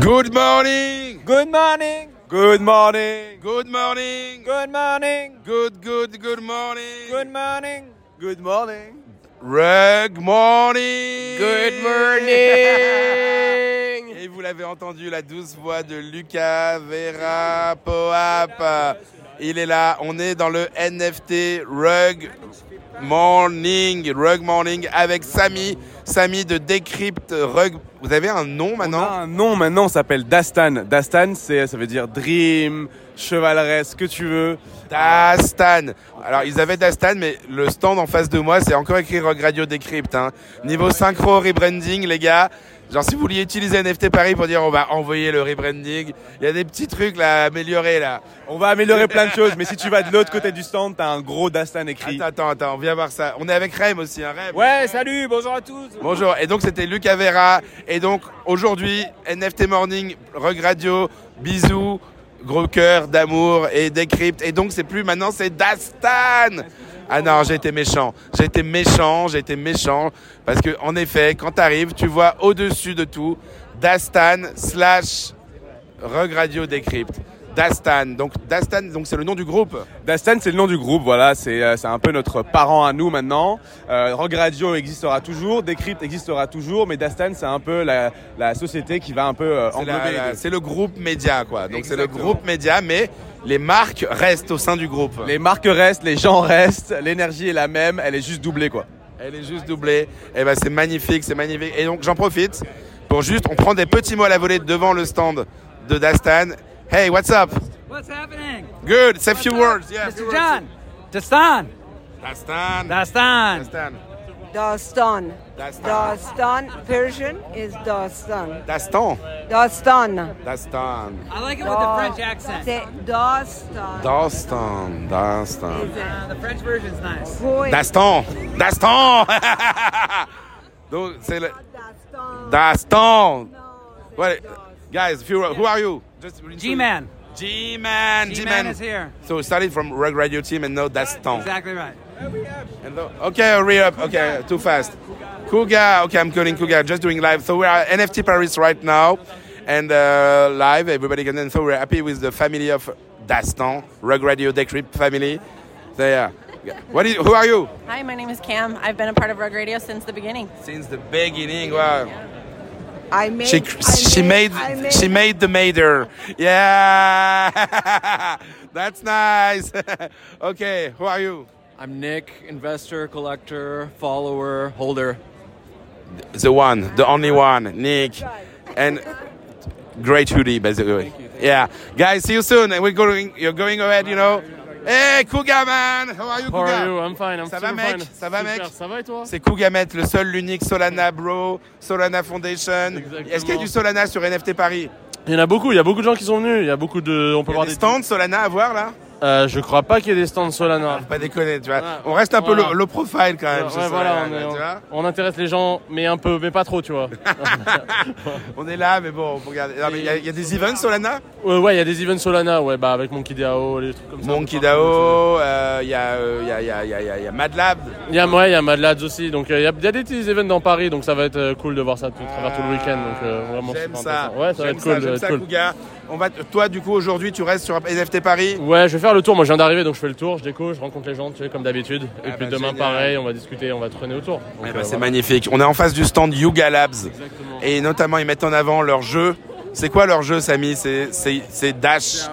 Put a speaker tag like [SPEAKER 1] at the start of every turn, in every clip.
[SPEAKER 1] Good morning!
[SPEAKER 2] Good morning.
[SPEAKER 1] Good morning! Good morning!
[SPEAKER 2] Good morning.
[SPEAKER 1] Good, good, good morning!
[SPEAKER 2] Good morning.
[SPEAKER 1] good morning! Reg morning! Et vous l'avez entendu, la douce voix de Lucas Vera Poap. Il est là, on est dans le NFT Rug Morning, Rug Morning avec Samy, Samy de Decrypt Rug. Vous avez un nom
[SPEAKER 3] On a
[SPEAKER 1] maintenant
[SPEAKER 3] un nom maintenant, ça s'appelle Dastan. Dastan, c'est, ça veut dire dream, chevaleresque, ce que tu veux.
[SPEAKER 1] Dastan. Alors ils avaient Dastan, mais le stand en face de moi, c'est encore écrit Rock Radio Decrypt. hein. Niveau synchro rebranding, les gars. Genre si vous vouliez utiliser NFT Paris pour dire on va envoyer le rebranding, il y a des petits trucs là à améliorer là.
[SPEAKER 3] On va améliorer plein de choses, mais si tu vas de l'autre côté du stand, t'as un gros Dastan écrit.
[SPEAKER 1] Attends, attends, attends, viens voir ça. On est avec Rem aussi, hein, Rem.
[SPEAKER 2] Ouais, salut, bonjour à tous.
[SPEAKER 1] Bonjour, et donc c'était Luc Avera. Et donc aujourd'hui, NFT Morning, Rug Radio, bisous, gros cœur d'amour et décrypte. Et donc c'est plus maintenant, c'est Dastan Ah non, j'ai été méchant. J'ai été méchant, j'ai été méchant. Parce que en effet, quand t'arrives, tu vois au-dessus de tout Dastan slash Rug Radio Décrypte. Dastan. Donc Dastan, donc c'est le nom du groupe.
[SPEAKER 3] Dastan, c'est le nom du groupe, voilà, c'est, euh, c'est un peu notre parent à nous maintenant. Euh, Rogue Radio existera toujours, Decrypt existera toujours, mais Dastan, c'est un peu la, la société qui va un peu euh,
[SPEAKER 1] C'est
[SPEAKER 3] englober
[SPEAKER 1] la-
[SPEAKER 3] les
[SPEAKER 1] la-
[SPEAKER 3] deux.
[SPEAKER 1] C'est le groupe média, quoi. Donc c'est le
[SPEAKER 3] Exactement.
[SPEAKER 1] groupe média, mais les marques restent au sein du groupe.
[SPEAKER 3] Les marques restent, les gens restent, l'énergie est la même, elle est juste doublée, quoi.
[SPEAKER 1] Elle est juste doublée. Et ben c'est magnifique, c'est magnifique. Et donc j'en profite pour juste, on prend des petits mots à la volée devant le stand de Dastan. Hey, what's up?
[SPEAKER 2] What's happening?
[SPEAKER 1] Good. Say a few words. Yeah, a few
[SPEAKER 2] Mr.
[SPEAKER 1] words.
[SPEAKER 2] John. Dastan.
[SPEAKER 1] Dastan.
[SPEAKER 2] Dastan.
[SPEAKER 1] Dastan.
[SPEAKER 4] Dastan.
[SPEAKER 1] Dastan.
[SPEAKER 4] Dastan. Persian is Dastan.
[SPEAKER 1] Dastan.
[SPEAKER 4] Dastan.
[SPEAKER 1] Dastan.
[SPEAKER 2] I like it
[SPEAKER 4] Say Dastan.
[SPEAKER 1] Dastan. Dastan.
[SPEAKER 4] Is it?
[SPEAKER 2] Uh, The French version's nice.
[SPEAKER 4] Boy,
[SPEAKER 1] Dastan. Dastan. Donc c'est le
[SPEAKER 4] Dastan.
[SPEAKER 1] Dastan.
[SPEAKER 4] No, say
[SPEAKER 1] What?
[SPEAKER 4] Dastan.
[SPEAKER 1] Guys, if you're, who are you? Just
[SPEAKER 2] G-Man.
[SPEAKER 1] G-Man.
[SPEAKER 2] G-Man is here.
[SPEAKER 1] So we started from Rug Radio Team and now Dastan.
[SPEAKER 2] Exactly right.
[SPEAKER 1] And the- okay, hurry up. Okay, too fast. Kuga. Okay, I'm calling Kuga. Just doing live. So we are NFT Paris right now, and uh, live. Everybody can. And so we're happy with the family of Dastan Rug Radio Decrypt family. So yeah. What is? Who are you?
[SPEAKER 5] Hi, my name is Cam. I've been a part of Rogue Radio since the beginning.
[SPEAKER 1] Since the beginning. Wow.
[SPEAKER 4] I made.
[SPEAKER 1] She
[SPEAKER 4] I
[SPEAKER 1] she made,
[SPEAKER 4] I
[SPEAKER 1] she made the mater. Yeah. That's nice. okay. Who are you?
[SPEAKER 6] I'm Nick, investor, collector, follower, holder.
[SPEAKER 1] the one, the only one, Nick, and great hoodie, by the way. Yeah, guys, see you soon, and we're going. You're going ahead, you know. Hey, Kuga man, how are you,
[SPEAKER 7] How are you?
[SPEAKER 1] Kuga?
[SPEAKER 7] I'm fine. I'm
[SPEAKER 1] Ça va,
[SPEAKER 7] super
[SPEAKER 1] mec?
[SPEAKER 7] fine.
[SPEAKER 1] Ça va,
[SPEAKER 7] Super,
[SPEAKER 1] mec?
[SPEAKER 7] Ça va et toi
[SPEAKER 1] C'est Kugamet, le seul, l'unique Solana bro, Solana Foundation.
[SPEAKER 7] Exactement.
[SPEAKER 1] Est-ce qu'il y a du Solana sur NFT Paris
[SPEAKER 7] Il y en a beaucoup. Il y a beaucoup de gens qui sont venus. Il y a beaucoup de. On peut
[SPEAKER 1] Il y a
[SPEAKER 7] voir
[SPEAKER 1] des
[SPEAKER 7] des.
[SPEAKER 1] stands Solana à voir là
[SPEAKER 7] Euh, je crois pas qu'il y ait des stands Solana.
[SPEAKER 1] Pas déconner, tu vois.
[SPEAKER 7] Ah,
[SPEAKER 1] On reste un peu
[SPEAKER 7] voilà.
[SPEAKER 1] le, low profile quand même.
[SPEAKER 7] Ouais,
[SPEAKER 1] chez
[SPEAKER 7] voilà,
[SPEAKER 1] Solana,
[SPEAKER 7] on, est-
[SPEAKER 1] tu vois.
[SPEAKER 7] on- on intéresse les gens, mais un peu, mais pas trop, tu vois.
[SPEAKER 1] On est là, mais bon, faut regarder. Non, mais il y, a- il y a des events Solana
[SPEAKER 7] ouais, ouais, il y a des events Solana, ouais, bah avec Monkey DAO, les trucs comme ça.
[SPEAKER 1] Monkey DAO, euh, il y a, euh, il y a, il y a, il y a- il y a- il y a Mad Lab.
[SPEAKER 7] Il y a, ouais, il y a Mad Lads aussi, donc euh, il y, a- il y a des petits events dans Paris, donc ça va être euh, cool de voir ça tout, à travers tout le week-end, donc euh, vraiment
[SPEAKER 1] J'aime
[SPEAKER 7] super
[SPEAKER 1] ça.
[SPEAKER 7] intéressant. Ouais, ça va
[SPEAKER 1] J'aime
[SPEAKER 7] être cool, ça va
[SPEAKER 1] ça, j'aime
[SPEAKER 7] être
[SPEAKER 1] ça,
[SPEAKER 7] cool.
[SPEAKER 1] Kouga. On va, toi, du coup, aujourd'hui, tu restes sur NFT Paris.
[SPEAKER 7] Ouais, je vais faire le tour. Moi, je viens d'arriver, donc je fais le tour, je déco, je rencontre les gens, tu sais, comme d'habitude. Et
[SPEAKER 1] Ah
[SPEAKER 7] puis
[SPEAKER 1] bah,
[SPEAKER 7] demain,
[SPEAKER 1] génial.
[SPEAKER 7] pareil, on va discuter, on va traîner autour. Donc,
[SPEAKER 1] Eh
[SPEAKER 7] euh,
[SPEAKER 1] ben, c'est
[SPEAKER 7] voilà.
[SPEAKER 1] magnifique. On est en face du stand Yuga Labs.
[SPEAKER 7] Exactement.
[SPEAKER 1] Et notamment, ils mettent en avant leur jeu. C'est quoi leur jeu, Samy C'est- C'est c'est Dash.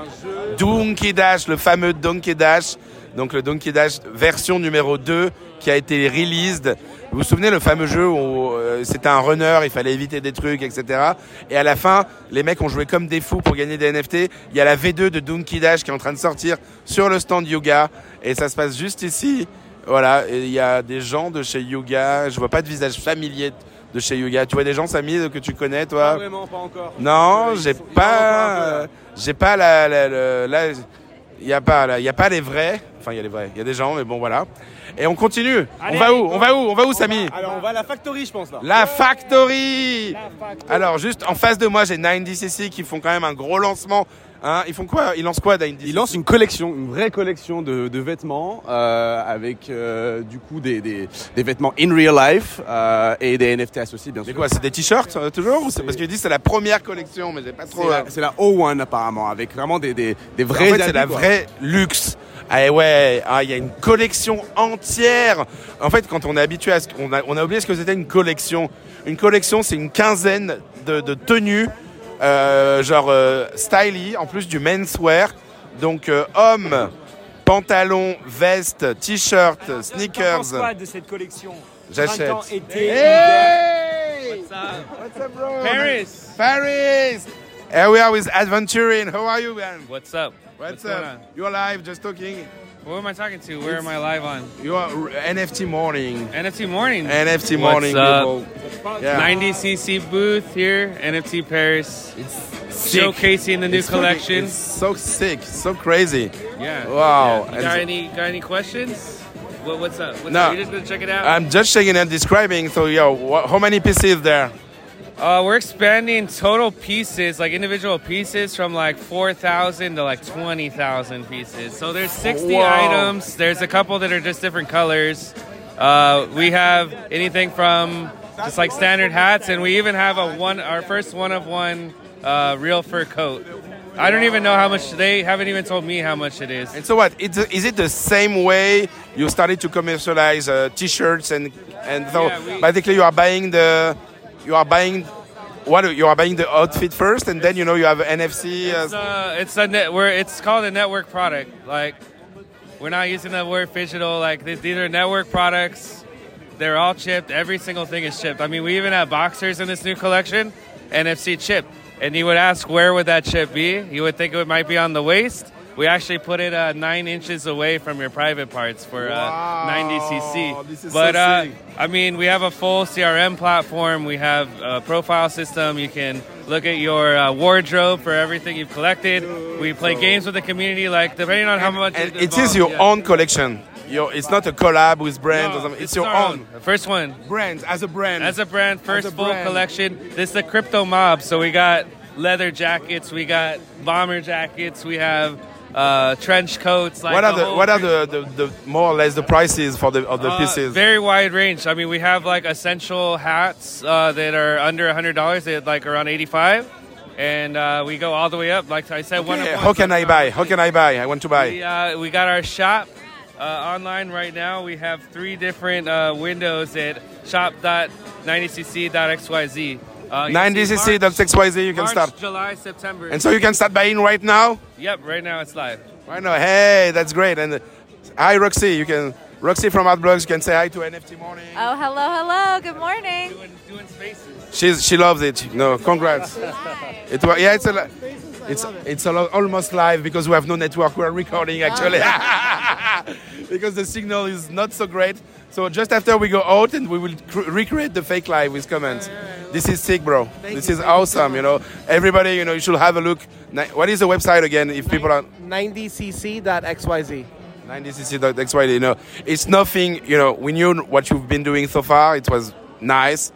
[SPEAKER 1] Donkey Dash, le fameux Donkey Dash. Donc le Donkey Dash version numéro 2 qui a été released. Vous vous souvenez le fameux jeu où euh, c'était un runner, il fallait éviter des trucs, etc. Et à la fin, les mecs ont joué comme des fous pour gagner des NFT. Il y a la V2 de Donkey Dash qui est en train de sortir sur le stand Yuga. Et ça se passe juste ici. Voilà, et il y a des gens de chez Yuga. Je vois pas de visage familier de chez Yuga. Tu vois des gens, Samy, que tu connais, toi
[SPEAKER 3] Pas vraiment, pas encore.
[SPEAKER 1] non,
[SPEAKER 3] Ils
[SPEAKER 1] j'ai
[SPEAKER 3] sont- ils
[SPEAKER 1] pas,
[SPEAKER 3] sont encore un peu, là.
[SPEAKER 1] euh, j'ai pas la, la, le- la- y a pas, là, y a pas les vrais. Enfin, il y a les vrais, il y a des gens, mais bon, voilà. Et on continue.
[SPEAKER 8] Allez,
[SPEAKER 1] on va
[SPEAKER 8] allez,
[SPEAKER 1] où On va où On va où, Samy
[SPEAKER 3] Ah,
[SPEAKER 9] Alors, on va à la factory, je pense, là.
[SPEAKER 1] La Factory Alors, juste en face de moi, j'ai 9DCC qui font quand même un gros lancement. Hein, ils font quoi Ils lancent quoi, 9DCC
[SPEAKER 9] Il lance une collection, une vraie collection de, de vêtements euh, avec euh, du coup des, des, des vêtements in real life euh, et des NFT associés bien
[SPEAKER 1] C'est
[SPEAKER 9] sûr.
[SPEAKER 1] quoi C'est des t-shirts euh, toujours ou c'est parce qu'il dit c'est la première collection, mais j'ai pas
[SPEAKER 9] C'est
[SPEAKER 1] trop.
[SPEAKER 9] la-
[SPEAKER 1] euh,
[SPEAKER 9] C'est la O1 apparemment avec vraiment des, des, des
[SPEAKER 1] En
[SPEAKER 9] vrais.
[SPEAKER 1] fait, c'est
[SPEAKER 9] habits,
[SPEAKER 1] la
[SPEAKER 9] quoi.
[SPEAKER 1] vraie luxe. Ah et ouais, ah, il y a une collection entière. En fait, quand on est habitué à ce qu'on a, on a oublié ce que c'était une collection. Une collection, c'est une quinzaine de, de tenues, euh, genre euh, styly, en plus du menswear. Donc, euh, hommes, pantalons, vestes, t-shirts,
[SPEAKER 8] T'en penses
[SPEAKER 1] sneakers.
[SPEAKER 8] quoi de cette collection
[SPEAKER 1] J'achète.
[SPEAKER 8] Printemps, été, hiver.
[SPEAKER 1] Hey! What's up, bro?
[SPEAKER 6] Paris.
[SPEAKER 1] Paris! Here we are with Adventuring. How are you, man?
[SPEAKER 6] What's up?
[SPEAKER 1] What's,
[SPEAKER 6] What's
[SPEAKER 1] up?
[SPEAKER 6] going on?
[SPEAKER 1] You're live, just talking.
[SPEAKER 6] Who am I talking to? Where am I live on?
[SPEAKER 1] You are NFT morning.
[SPEAKER 6] NFT Morning.
[SPEAKER 1] NFT
[SPEAKER 6] What's
[SPEAKER 1] morning,
[SPEAKER 6] up?
[SPEAKER 1] people. Yeah.
[SPEAKER 6] 90cc booth here, NFT Paris.
[SPEAKER 1] Sick.
[SPEAKER 6] Showcasing the new
[SPEAKER 1] It's fucking-
[SPEAKER 6] collection.
[SPEAKER 1] it's so sick, so crazy.
[SPEAKER 6] Yeah.
[SPEAKER 1] Wow.
[SPEAKER 6] Yeah. You got any got any questions? What, what's up? What's
[SPEAKER 1] No.
[SPEAKER 6] up? You're just gonna check it out.
[SPEAKER 1] I'm just checking and describing. So, yo, wha how many pieces there?
[SPEAKER 6] Uh, we're expanding total pieces, like individual pieces, from like 4,000 to like 20,000 pieces. So there's 60
[SPEAKER 1] Wow.
[SPEAKER 6] items. There's a couple that are just different colors. Uh, we have anything from just like standard hats, and we even have a one, our first one of one uh, real fur coat. I don't even know how much they haven't even told me how much it is.
[SPEAKER 1] And so, what? It's, is it the same way you started to commercialize uh, T-shirts and and so
[SPEAKER 6] Yeah, we-
[SPEAKER 1] basically you are buying the you are buying what you are buying the outfit first and then you know you have NFC.
[SPEAKER 6] It's,
[SPEAKER 1] Uh,
[SPEAKER 6] uh, it's a net. We're, it's called a network product. Like we're not using the word digital. Like th- these are network products. They're all chipped. Every single thing is chipped. I mean, we even have boxers in this new collection, NFC chip. And you would ask, where would that chip be? You would think it might be on the waist. We actually put it uh, nine inches away from your private parts for
[SPEAKER 1] Wow,
[SPEAKER 6] uh, 90 cc.
[SPEAKER 1] this is
[SPEAKER 6] but
[SPEAKER 1] so
[SPEAKER 6] uh,
[SPEAKER 1] sick.
[SPEAKER 6] I mean, we have a full CRM platform. We have a profile system. You can look at your uh, wardrobe for everything you've collected. We play games with the community, like depending on how much.
[SPEAKER 1] and it
[SPEAKER 6] involved,
[SPEAKER 1] is your
[SPEAKER 6] yeah.
[SPEAKER 1] own collection. Your, it's not a collab with brands or
[SPEAKER 6] No,
[SPEAKER 1] something.
[SPEAKER 6] this
[SPEAKER 1] It's
[SPEAKER 6] is
[SPEAKER 1] your
[SPEAKER 6] our
[SPEAKER 1] own.
[SPEAKER 6] First one.
[SPEAKER 1] brands as a brand.
[SPEAKER 6] As a brand, first
[SPEAKER 1] As a
[SPEAKER 6] full
[SPEAKER 1] brand.
[SPEAKER 6] collection. This is the crypto mob. So we got leather jackets, we got bomber jackets, we have uh, trench coats. Like
[SPEAKER 1] what are
[SPEAKER 6] a
[SPEAKER 1] the
[SPEAKER 6] whole
[SPEAKER 1] what are
[SPEAKER 6] crypto-
[SPEAKER 1] the, the, the more or less the prices for the of the
[SPEAKER 6] Uh,
[SPEAKER 1] pieces?
[SPEAKER 6] Very wide range. I mean, we have like essential hats uh, that are under hundred dollars. They're like around eighty-five, and uh, we go all the way up. Like I said, one. of
[SPEAKER 1] Yeah,
[SPEAKER 6] one.
[SPEAKER 1] How can I buy? How can I buy? I want to
[SPEAKER 6] We,
[SPEAKER 1] buy.
[SPEAKER 6] uh, we got our shop uh, online right now. We have three different uh, windows at shop.90cc.xyz. Uh, you can see
[SPEAKER 1] 90cc,
[SPEAKER 6] March-
[SPEAKER 1] that's XYZ, you can
[SPEAKER 6] March,
[SPEAKER 1] start.
[SPEAKER 6] July, September.
[SPEAKER 1] And so you can start buying right now?
[SPEAKER 6] yep, right now it's live.
[SPEAKER 1] Right now, hey, that's great. And uh, hi Roxy, you can Roxy from Artblogs, you can say hi to NFT Morning.
[SPEAKER 10] Oh, hello, hello. Good morning.
[SPEAKER 6] Doing, doing spaces.
[SPEAKER 1] She's, she loves it. No, congrats. It was yeah, it's a, li- it's it's a, lo- almost live because we have no network. We're recording actually because the signal is not so great. So just after we go out and we will cr- recreate the fake live with comments. This is sick, bro. this is awesome. You know, everybody, you know, you should have a look. Ni- What is the website again? If people are
[SPEAKER 7] 90cc.xyz.
[SPEAKER 1] 90cc.xy, you know, it's nothing, you know, we knew what you've been doing so far. It was nice.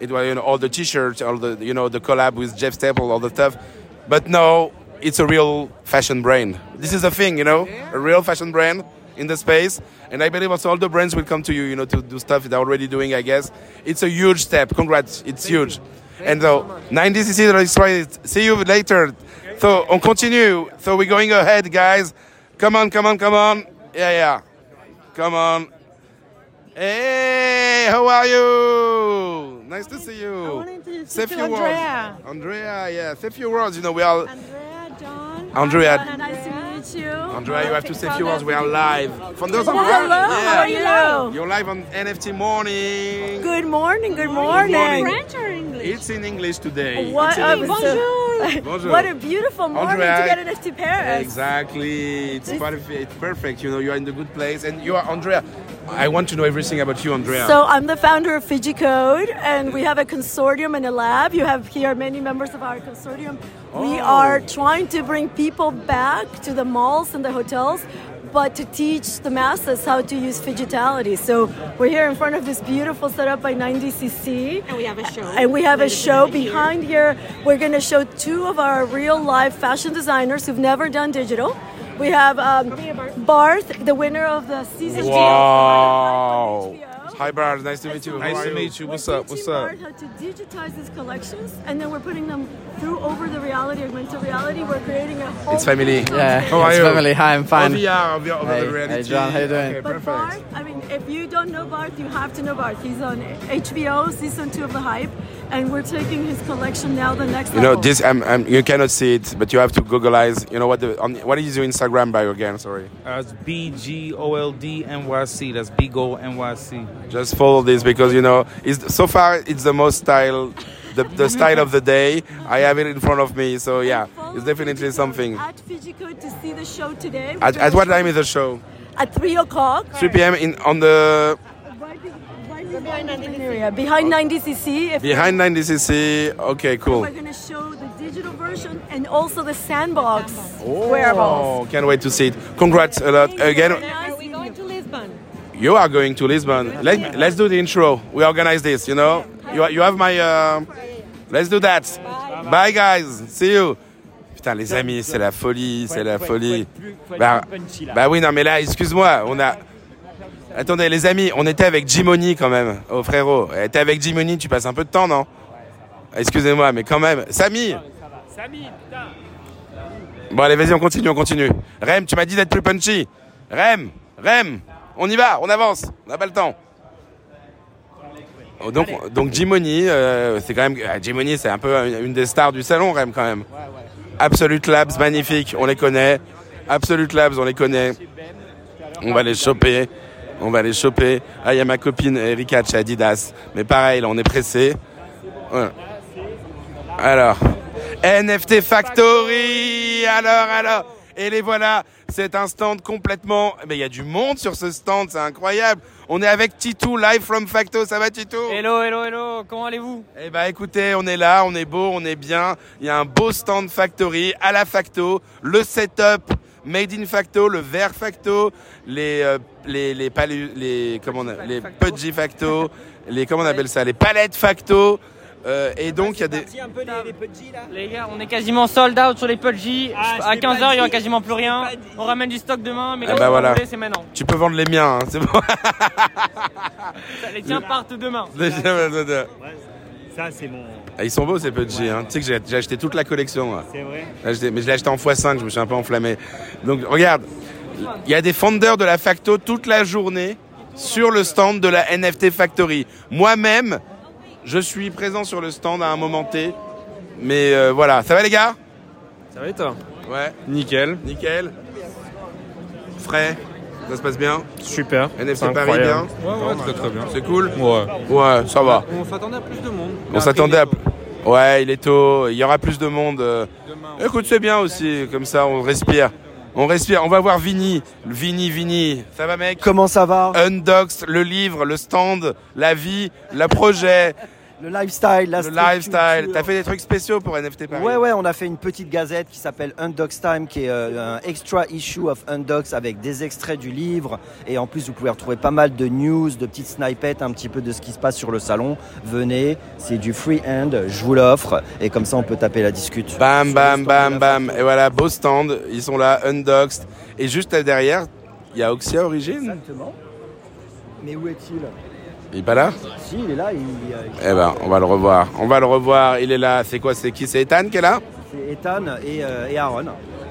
[SPEAKER 1] It was, you know, all the t-shirts, all the, you know, the collab with Jeff Staple, all the stuff. But now it's a real fashion brand. This is a thing, you know, a real fashion brand in the space. And I believe also all the brands will come to you, you know, to do stuff they're already doing, I guess. It's a huge step. Congrats. It's huge. And so, 90cc.xy, see you later. So, on continue. So, we're going ahead, guys. Come on, come on, come on. Yeah, yeah. Come on. Hey, how are you? Nice to see you. I
[SPEAKER 11] wanted to
[SPEAKER 1] say a
[SPEAKER 11] speak to
[SPEAKER 1] few
[SPEAKER 11] Andrea.
[SPEAKER 1] words. Andrea, yeah, say a few words. You know, we are.
[SPEAKER 11] Andrea, John.
[SPEAKER 1] Andrea.
[SPEAKER 11] Hi, John. Nice to meet you.
[SPEAKER 1] Andrea, you have to say a few words. We are live. From those on
[SPEAKER 11] Hello, how are
[SPEAKER 1] yeah.
[SPEAKER 11] you?
[SPEAKER 1] You're live on NFT Morning.
[SPEAKER 11] Good morning, good morning.
[SPEAKER 1] French
[SPEAKER 11] or English?
[SPEAKER 1] It's in English today.
[SPEAKER 11] What
[SPEAKER 1] It's in
[SPEAKER 11] a,
[SPEAKER 1] English.
[SPEAKER 11] bonjour.
[SPEAKER 1] Bonjour.
[SPEAKER 11] What a beautiful morning
[SPEAKER 1] Andrea.
[SPEAKER 11] to get to Paris.
[SPEAKER 1] Exactly. It's perfect. It's perfect. You know, you are in the good place, and you are Andrea. I want to know everything about you, Andrea.
[SPEAKER 11] So I'm the founder of Fiji Code, and we have a consortium and a lab. You have here many members of our consortium. We
[SPEAKER 1] Oh.
[SPEAKER 11] are trying to bring people back to the malls and the hotels but to teach the masses how to use digitality. So we're here in front of this beautiful setup by 90cc. And we have a show. And we have a
[SPEAKER 12] Later
[SPEAKER 11] show
[SPEAKER 12] tonight here.
[SPEAKER 11] behind here. We're going to show two of our real live fashion designers who've never done digital. We have um, Barth, the winner of the season
[SPEAKER 1] Wow. Hi, Barb. Nice to meet you. Nice to meet you. What's up? What's up?
[SPEAKER 11] learned how to digitize these collections, and then we're putting them through over the reality, augmented reality. We're creating a whole.
[SPEAKER 1] It's family.
[SPEAKER 13] Yeah,
[SPEAKER 1] How are
[SPEAKER 13] it's
[SPEAKER 1] you?
[SPEAKER 13] family. Hi, I'm fine.
[SPEAKER 1] Oh, VR, VR,
[SPEAKER 13] Hey,
[SPEAKER 1] the reality.
[SPEAKER 13] hey, John, how you doing?
[SPEAKER 1] Okay,
[SPEAKER 11] But
[SPEAKER 1] perfect.
[SPEAKER 11] Barth, I mean, if you don't know Barth, you have to know Barth. He's on HBO season two of The Hype, and we're taking his collection now the next
[SPEAKER 1] You know,
[SPEAKER 11] level.
[SPEAKER 1] this, I'm, I'm, you cannot see it, but you have to Googleize. You know what? The, on, what is your Instagram bio again? Sorry.
[SPEAKER 14] As B G O L D N Y C. That's Big O N Y C.
[SPEAKER 1] Just follow this because you know, it's, so far it's the most style, the, the style of the day. I have it in front of me, so yeah, it's definitely something.
[SPEAKER 11] At Fiji Code to see the show today.
[SPEAKER 1] At, at what time is the show?
[SPEAKER 11] At three o'clock.
[SPEAKER 1] 3 p.m. in on the
[SPEAKER 11] Behind 90cc. Behind 90cc. If
[SPEAKER 1] Oh. behind 90cc. Okay, cool.
[SPEAKER 11] We're going to show the digital version and also the sandbox wearables.
[SPEAKER 1] Oh, can't wait to see it. Congrats a lot again.
[SPEAKER 11] Are we going to Lisbon?
[SPEAKER 1] You are going to Lisbon. Let, let's do the intro. We organize this, you know? You, you have my. uh, let's do that. Bye. guys. See you. Putain, les amis, c'est la folie, c'est la
[SPEAKER 15] faut être-
[SPEAKER 1] folie.
[SPEAKER 15] faut être plus- faut être
[SPEAKER 1] Bah,
[SPEAKER 15] plus punchy, là.
[SPEAKER 1] bah oui, non, mais là, excuse-moi, on a. Attendez, les amis, on était avec Jimoni quand même. Oh frérot, Eh, t'es avec Jimoni, tu passes un peu de temps, non Excusez-moi, Ah, mais quand même. Samy
[SPEAKER 8] Samy, putain.
[SPEAKER 1] Bon, allez, vas-y, on continue, on continue. Rem, tu m'as dit d'être plus punchy. Rem, Rem, on y va, on avance, on n'a pas le temps. Oh, Donc, donc Jimoni, euh, c'est quand même. ah, Jimoni, c'est un peu une- une des stars du salon, Rem, quand même. Absolute Labs, magnifique, on les connaît. Absolute Labs, on les connaît. On va les choper. On va les choper. Ah, il y a ma copine Erika de chez Adidas. Mais pareil, là, on est pressé. Ouais. Alors, NFT Factory. Alors, alors. Et les voilà. C'est un stand complètement. Mais il y a du monde sur ce stand, c'est incroyable. On est avec Titou, live from Facto. Ça va, Titou
[SPEAKER 16] Hello, hello, hello, comment allez-vous
[SPEAKER 1] Eh ben écoutez, on est là, on est beau, on est bien. Il y a un beau stand factory à la facto, le setup made in facto, le verre facto, les euh, les les palu- les comment on a- les pudgy facto, les comment on appelle ça, les palettes facto. Euh, et donc il y a des
[SPEAKER 16] un peu les, pudgy là Les gars, on est quasiment sold out sur les pudgy.
[SPEAKER 15] Ah,
[SPEAKER 16] à 15h, il n'y aura quasiment plus rien. On ramène du stock demain, mais
[SPEAKER 1] Ah
[SPEAKER 16] là,
[SPEAKER 1] bah voilà.
[SPEAKER 16] c'est maintenant.
[SPEAKER 1] Tu peux vendre les miens, hein, c'est bon.
[SPEAKER 16] Les tiens partent demain.
[SPEAKER 15] Ça, c'est mon.
[SPEAKER 1] bah, Ah, Ils sont beaux ces Pudgy, hein. Tu sais que j'ai- j'ai acheté toute la collection. moi.
[SPEAKER 15] C'est vrai
[SPEAKER 1] Là, je l'ai- mais je l'ai acheté en x5, je me suis un peu enflammé. Donc regarde, il y a des fendeurs de la Facto toute la journée sur le stand de la NFT Factory. Moi-même, je suis présent sur le stand à un moment T. Mais euh, voilà, ça va les gars
[SPEAKER 16] Ça va et toi
[SPEAKER 1] Ouais.
[SPEAKER 16] Nickel.
[SPEAKER 1] Nickel. Frais, ça se passe bien
[SPEAKER 16] Super.
[SPEAKER 1] NFC
[SPEAKER 16] C'est
[SPEAKER 1] Paris bien
[SPEAKER 16] incroyable. Ouais, ouais, très, très bien.
[SPEAKER 1] C'est cool Ouais. Ouais, ça va.
[SPEAKER 16] On s'attendait à plus de monde.
[SPEAKER 1] On s'attendait à... Ouais, il est tôt, il y aura plus de monde. euh. Écoute, c'est bien aussi, comme ça on respire. On respire, on va voir Vini. Vini, Vini. Ça va mec
[SPEAKER 17] Comment ça va
[SPEAKER 1] Undox, le livre, le stand, la vie, le projet.
[SPEAKER 17] Le lifestyle, la
[SPEAKER 1] Le
[SPEAKER 17] street
[SPEAKER 1] lifestyle.
[SPEAKER 17] culture.
[SPEAKER 1] Ah, T'as fait des trucs spéciaux pour NFT Paris
[SPEAKER 17] Ouais, ouais, on a fait une petite gazette qui s'appelle Undocs Time, qui est euh, un extra issue of Undocs avec des extraits du livre. Et en plus, vous pouvez retrouver pas mal de news, de petites snipettes un petit peu de ce qui se passe sur le salon. Venez, c'est du free hand, je vous l'offre. Et comme ça, on peut taper la discute.
[SPEAKER 1] Bam, bam, bam, bam. Et voilà, beau stand. Ils sont là, Undoxed. Et juste là derrière, il y a Oxia Origin.
[SPEAKER 17] Exactement. Mais où est-il
[SPEAKER 1] Il est pas Bah là
[SPEAKER 17] Si, il est là, il, euh, il-
[SPEAKER 1] Eh ben, on va le revoir. On va le revoir. Il est là. C'est quoi C'est qui C'est Ethan qui est là
[SPEAKER 17] c'est Ethan et, euh, et Aaron.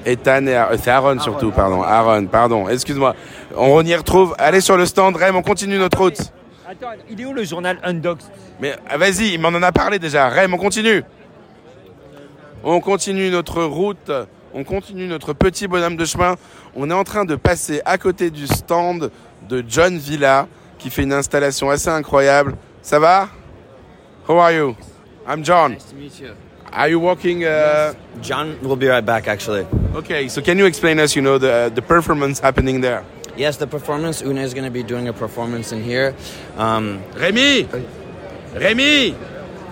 [SPEAKER 1] Ethan et Aaron, c'est Aaron surtout, pardon. Aaron, pardon, excuse-moi. On on y retrouve. Allez sur le stand, Rem, on continue notre route.
[SPEAKER 15] Attends, il est où le journal Undoxed
[SPEAKER 1] Mais ah, vas-y, il m'en en a parlé déjà. Rem, on continue. On continue notre route. On continue notre petit bonhomme de chemin. On est en train de passer à côté du stand de John Villa, qui fait une installation assez incroyable. Ça va? How are you? I'm John.
[SPEAKER 18] Nice to meet you.
[SPEAKER 1] Are you walking? Uh...
[SPEAKER 18] John will be right back, actually.
[SPEAKER 1] Okay, so can you explain us, you know, the the performance happening there?
[SPEAKER 18] Yes, the performance. Una is going to be doing a performance in here. Um,
[SPEAKER 1] Remy! Remy!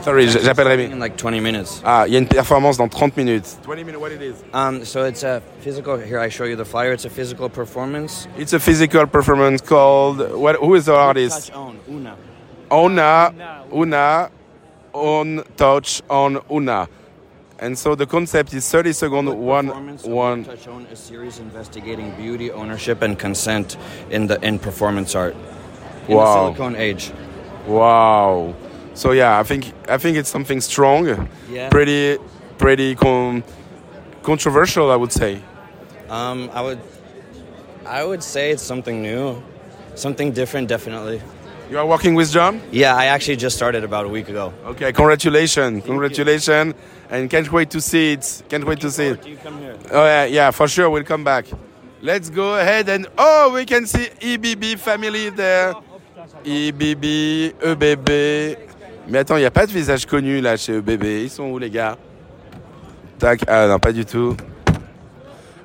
[SPEAKER 1] Sorry, j- j'appelle Rémi.
[SPEAKER 18] In like 20 minutes.
[SPEAKER 1] Ah, il y a une performance dans 30 minutes.
[SPEAKER 18] 20 minutes, what it is? Um, so it's a physical. Here, I show you the flyer. It's a physical performance.
[SPEAKER 1] It's a physical performance called. What, who is the artist?
[SPEAKER 18] Own, Una.
[SPEAKER 1] Ona, Una, on touch on Una. And so the concept is 30 second one one.
[SPEAKER 18] Touch Own, a series investigating beauty, ownership, and consent in the in performance art. In the
[SPEAKER 1] Wow.
[SPEAKER 18] Silicone Age.
[SPEAKER 1] Wow. So yeah, I think uh, I think it's something strong,
[SPEAKER 18] Yeah.
[SPEAKER 1] pretty pretty con- controversial, I would say.
[SPEAKER 18] Um, I would, I would say it's something new, something different, definitely.
[SPEAKER 1] You are working with John?
[SPEAKER 18] Yeah, I actually just started about a week ago.
[SPEAKER 1] Okay, congratulations, congratulations, and can't wait to see it. Can't wait to see it. Oh yeah, yeah, for sure, we'll come back. Let's go ahead and oh, we can see EBB family there. E EBB, EBB. E Mais attends, il n'y a pas de visage connu là chez EBB. Ils sont où les gars Tac, ah non, pas du tout.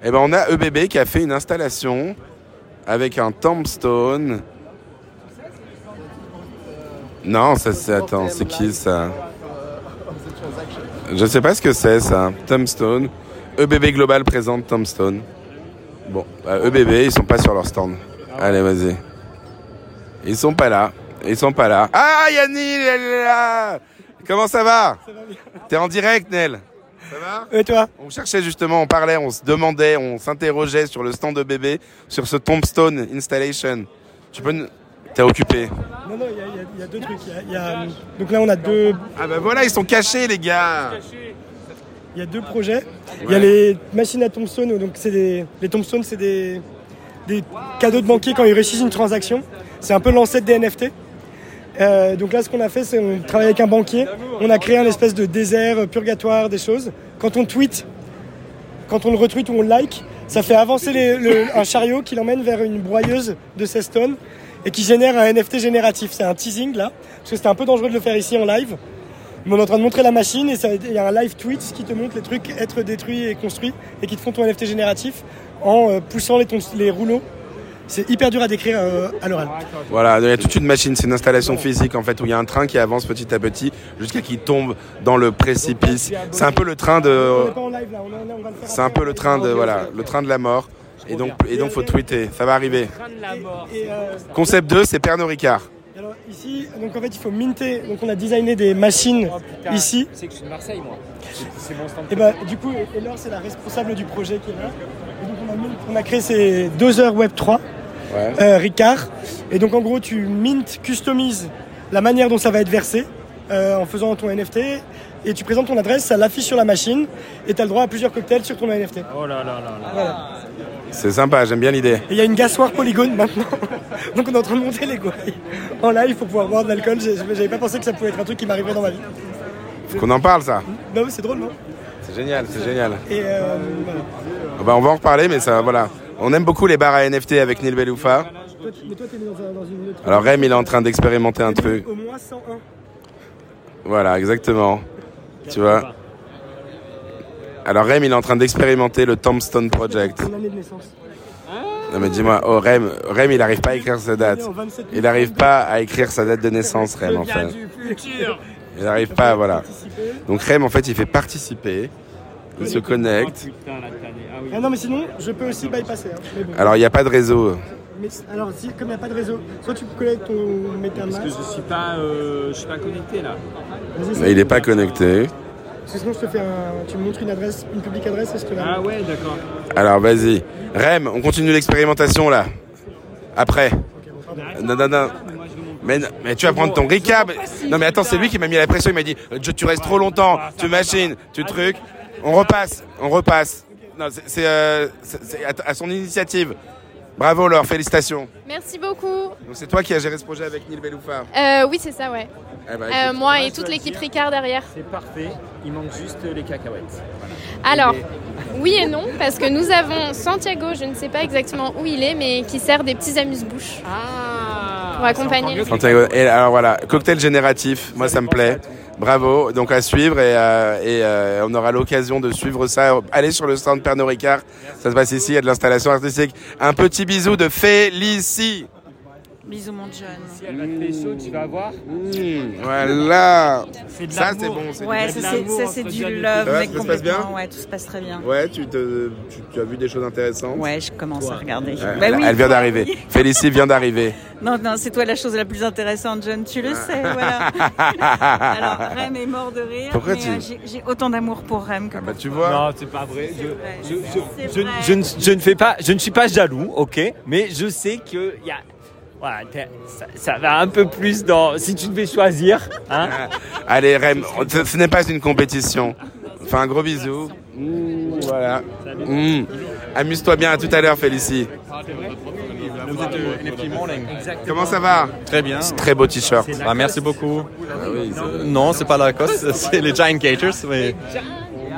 [SPEAKER 1] Eh ben, on a EBB qui a fait une installation avec un tombstone. Non, ça c'est attends, c'est qui ça Je sais pas ce que c'est ça. Tombstone. EBB Global présente Tombstone. Bon, bah, EBB, ils sont pas sur leur stand. Allez, vas-y. Ils sont pas là. Ils sont pas là. Ah, Yanni, elle est là Comment ça va T'es en direct, Nel Ça va
[SPEAKER 12] Et toi
[SPEAKER 1] On cherchait justement, on parlait, on se demandait, on s'interrogeait sur le stand EBB, sur ce Tombstone Installation. Tu peux... nous- T'es occupé.
[SPEAKER 12] Non, non, il y a- il y, a- il y a deux trucs. Il y a- il y a, euh, donc là, on a deux.
[SPEAKER 1] Ah bah voilà, ils sont cachés, les gars
[SPEAKER 12] Il y a deux projets. Il y a les machines à tombstone. Donc c'est des, les tombstones, c'est des, des cadeaux de banquier quand ils réussissent une transaction. C'est un peu l'ancêtre des NFT. Euh, donc là, ce qu'on a fait, c'est on travaille avec un banquier. On a créé un espèce de désert euh, purgatoire des choses. Quand on tweet, quand on le retweet ou on le like, ça fait avancer les- le- un chariot qui l'emmène vers une broyeuse de 16 tonnes et qui génère un NFT génératif. C'est un teasing là, parce que c'était un peu dangereux de le faire ici en live. Mais on est en train de montrer la machine et ça- il y a un live tweet qui te montre les trucs être détruits et construits et qui te font ton NFT génératif en euh, poussant les, tons- les rouleaux. C'est hyper dur à décrire euh, à l'oral.
[SPEAKER 1] Voilà, il y a toute une machine, c'est une installation physique en fait où il y a un train qui avance petit à petit jusqu'à qu'il tombe dans le précipice. C'est un peu le train
[SPEAKER 12] On
[SPEAKER 1] de
[SPEAKER 12] n'est pas en live là, on, est- on va le faire.
[SPEAKER 1] c'est un peu le train de voilà, le train de la mort et donc et donc faut tweeter, ça va arriver.
[SPEAKER 12] Et, euh,
[SPEAKER 1] Concept 2, c'est Pernod Ricard.
[SPEAKER 12] alors, ici, donc en fait, il faut minter. Donc on a designé des machines ici.
[SPEAKER 15] Oh, C'est que je suis de Marseille, moi. C'est mon stand.
[SPEAKER 12] Et bah, du coup, Elor, c'est la responsable du projet qui est là. Et donc, on a, mis- on a créé ces deux heures Web 3, euh, Ricard. Et donc, en gros, tu mint, customises la manière dont ça va être versé euh, en faisant ton NFT. Et tu présentes ton adresse, ça l'affiche sur la machine. Et tu as le droit à plusieurs cocktails sur ton NFT.
[SPEAKER 15] Oh là là là là.
[SPEAKER 12] Voilà.
[SPEAKER 1] C'est sympa, j'aime bien l'idée.
[SPEAKER 12] Et il y a une gassoire polygone maintenant. donc, on est en train de monter les gorilles en live pour pouvoir boire de l'alcool. J'ai- J'avais pas pensé que ça pouvait être un truc qui m'arriverait dans ma vie.
[SPEAKER 1] Faut qu'on en parle ça.
[SPEAKER 12] Non, mais c'est drôle, non
[SPEAKER 1] C'est génial, c'est génial.
[SPEAKER 12] Et euh, voilà.
[SPEAKER 1] Ah bah, on va en reparler mais ça voilà. On aime beaucoup les bars à NFT avec Neil Beloufa.
[SPEAKER 12] Toi, tu- mais toi, t'es mis dans, un- dans une autre-
[SPEAKER 1] Alors Rem, il est en train d'expérimenter un truc.
[SPEAKER 12] Au moins 101.
[SPEAKER 1] Voilà, exactement. Tu vois. Alors Rem, il est en train d'expérimenter le Tombstone Project.
[SPEAKER 12] Ton année de naissance.
[SPEAKER 1] Non mais dis-moi, oh, Rem, Rem, il n'arrive pas à écrire sa date. Il n'arrive pas à écrire sa date de naissance, Rem, en fait. Il n'arrive pas, voilà. Donc Rem, en fait, il fait participer. Il se connecte.
[SPEAKER 15] Oh,
[SPEAKER 12] Ah non, mais sinon, je peux aussi bypasser. hein. Mais bon.
[SPEAKER 1] Alors, il n'y a pas de réseau.
[SPEAKER 12] Mais c- alors, si, comme il n'y a pas de réseau, soit tu connectes ton
[SPEAKER 15] Parce
[SPEAKER 12] MetaMask.
[SPEAKER 15] que je suis pas, euh, je suis pas connecté là.
[SPEAKER 12] Vas-y, c'est-
[SPEAKER 1] Il n'est pas connecté.
[SPEAKER 12] Parce que sinon, je te fais un. Tu me montres une adresse, une publique adresse et je te la. Ah ouais, d'accord.
[SPEAKER 1] Alors, vas-y. Rem, on continue l'expérimentation, là. Après. Non, non, non. Mais, non, mais tu vas prendre ton ricab. Non, mais attends, c'est lui qui m'a mis la pression. Il m'a dit Je- Tu restes trop longtemps, tu machines, tu trucs. On repasse, on repasse. Non, c'est- c'est euh, c'est- c'est à, à son initiative. Bravo, Laure, félicitations.
[SPEAKER 13] Merci beaucoup.
[SPEAKER 1] Donc, c'est toi qui as géré ce projet avec Neil Beloufa.
[SPEAKER 13] Euh, oui, c'est ça, ouais.
[SPEAKER 1] Eh ben,
[SPEAKER 13] Euh,
[SPEAKER 1] écoute.
[SPEAKER 13] moi et toute l'équipe Ricard derrière.
[SPEAKER 15] C'est parfait. Il manque juste les cacahuètes.
[SPEAKER 13] Alors, oui et non, parce que nous avons Santiago, je ne sais pas exactement où il est, mais qui sert des petits amuse-bouches.
[SPEAKER 18] Ah,
[SPEAKER 13] Pour accompagner. les-
[SPEAKER 1] Santiago. Et alors voilà, cocktail génératif, moi ça me plaît. Bravo, donc à suivre et, euh, et, euh, on aura l'occasion de suivre ça. Allez sur le stand Pernod Ricard, ça se passe ici, il y a de l'installation artistique. Un petit bisou de Félicie.
[SPEAKER 19] Bisous, mon John.
[SPEAKER 15] Si elle va te pécho, tu vas voir.
[SPEAKER 1] Mmh, Voilà.
[SPEAKER 19] C'est de
[SPEAKER 1] ça,
[SPEAKER 19] l'amour.
[SPEAKER 1] c'est bon. c'est
[SPEAKER 19] Ouais,
[SPEAKER 1] du-
[SPEAKER 19] ça, c'est- ça, c'est du love,
[SPEAKER 1] Ça va,
[SPEAKER 19] mais
[SPEAKER 1] ça se passe bien
[SPEAKER 19] complètement, ouais, tout se passe très bien.
[SPEAKER 1] Ouais, tu, te- tu- tu as vu des choses intéressantes
[SPEAKER 19] Ouais, je commence à regarder.
[SPEAKER 1] Elle,
[SPEAKER 19] Bah oui.
[SPEAKER 1] elle vient d'arriver. Félicie vient d'arriver.
[SPEAKER 19] Non, non, c'est toi la chose la plus intéressante, John, tu
[SPEAKER 1] Ah.
[SPEAKER 19] le sais, voilà. Alors, Rem est mort de rire,
[SPEAKER 1] Pourquoi
[SPEAKER 19] mais
[SPEAKER 1] tu-
[SPEAKER 19] euh, j'ai- j'ai autant d'amour pour Rem que
[SPEAKER 1] Bah, tu vois.
[SPEAKER 15] Non, c'est pas vrai. Je, je- je-
[SPEAKER 19] C'est
[SPEAKER 15] je-
[SPEAKER 19] vrai.
[SPEAKER 15] je ne, je ne fais pas, je ne suis pas jaloux, ok, mais je sais que y a, voilà, t'as- ça, ça va un peu plus dans. Si tu devais choisir, hein.
[SPEAKER 1] Allez, Rem, ce, ce n'est pas une compétition. Fais un gros bisou. Mmh, voilà. Mmh. Amuse-toi bien. À tout à l'heure, Félicie. euh, Comment ça va
[SPEAKER 20] Très bien.
[SPEAKER 1] C'est très beau t-shirt. Ah
[SPEAKER 20] Ah, merci beaucoup. non, c'est pas Lacoste, c'est les Giant Gators. Mais...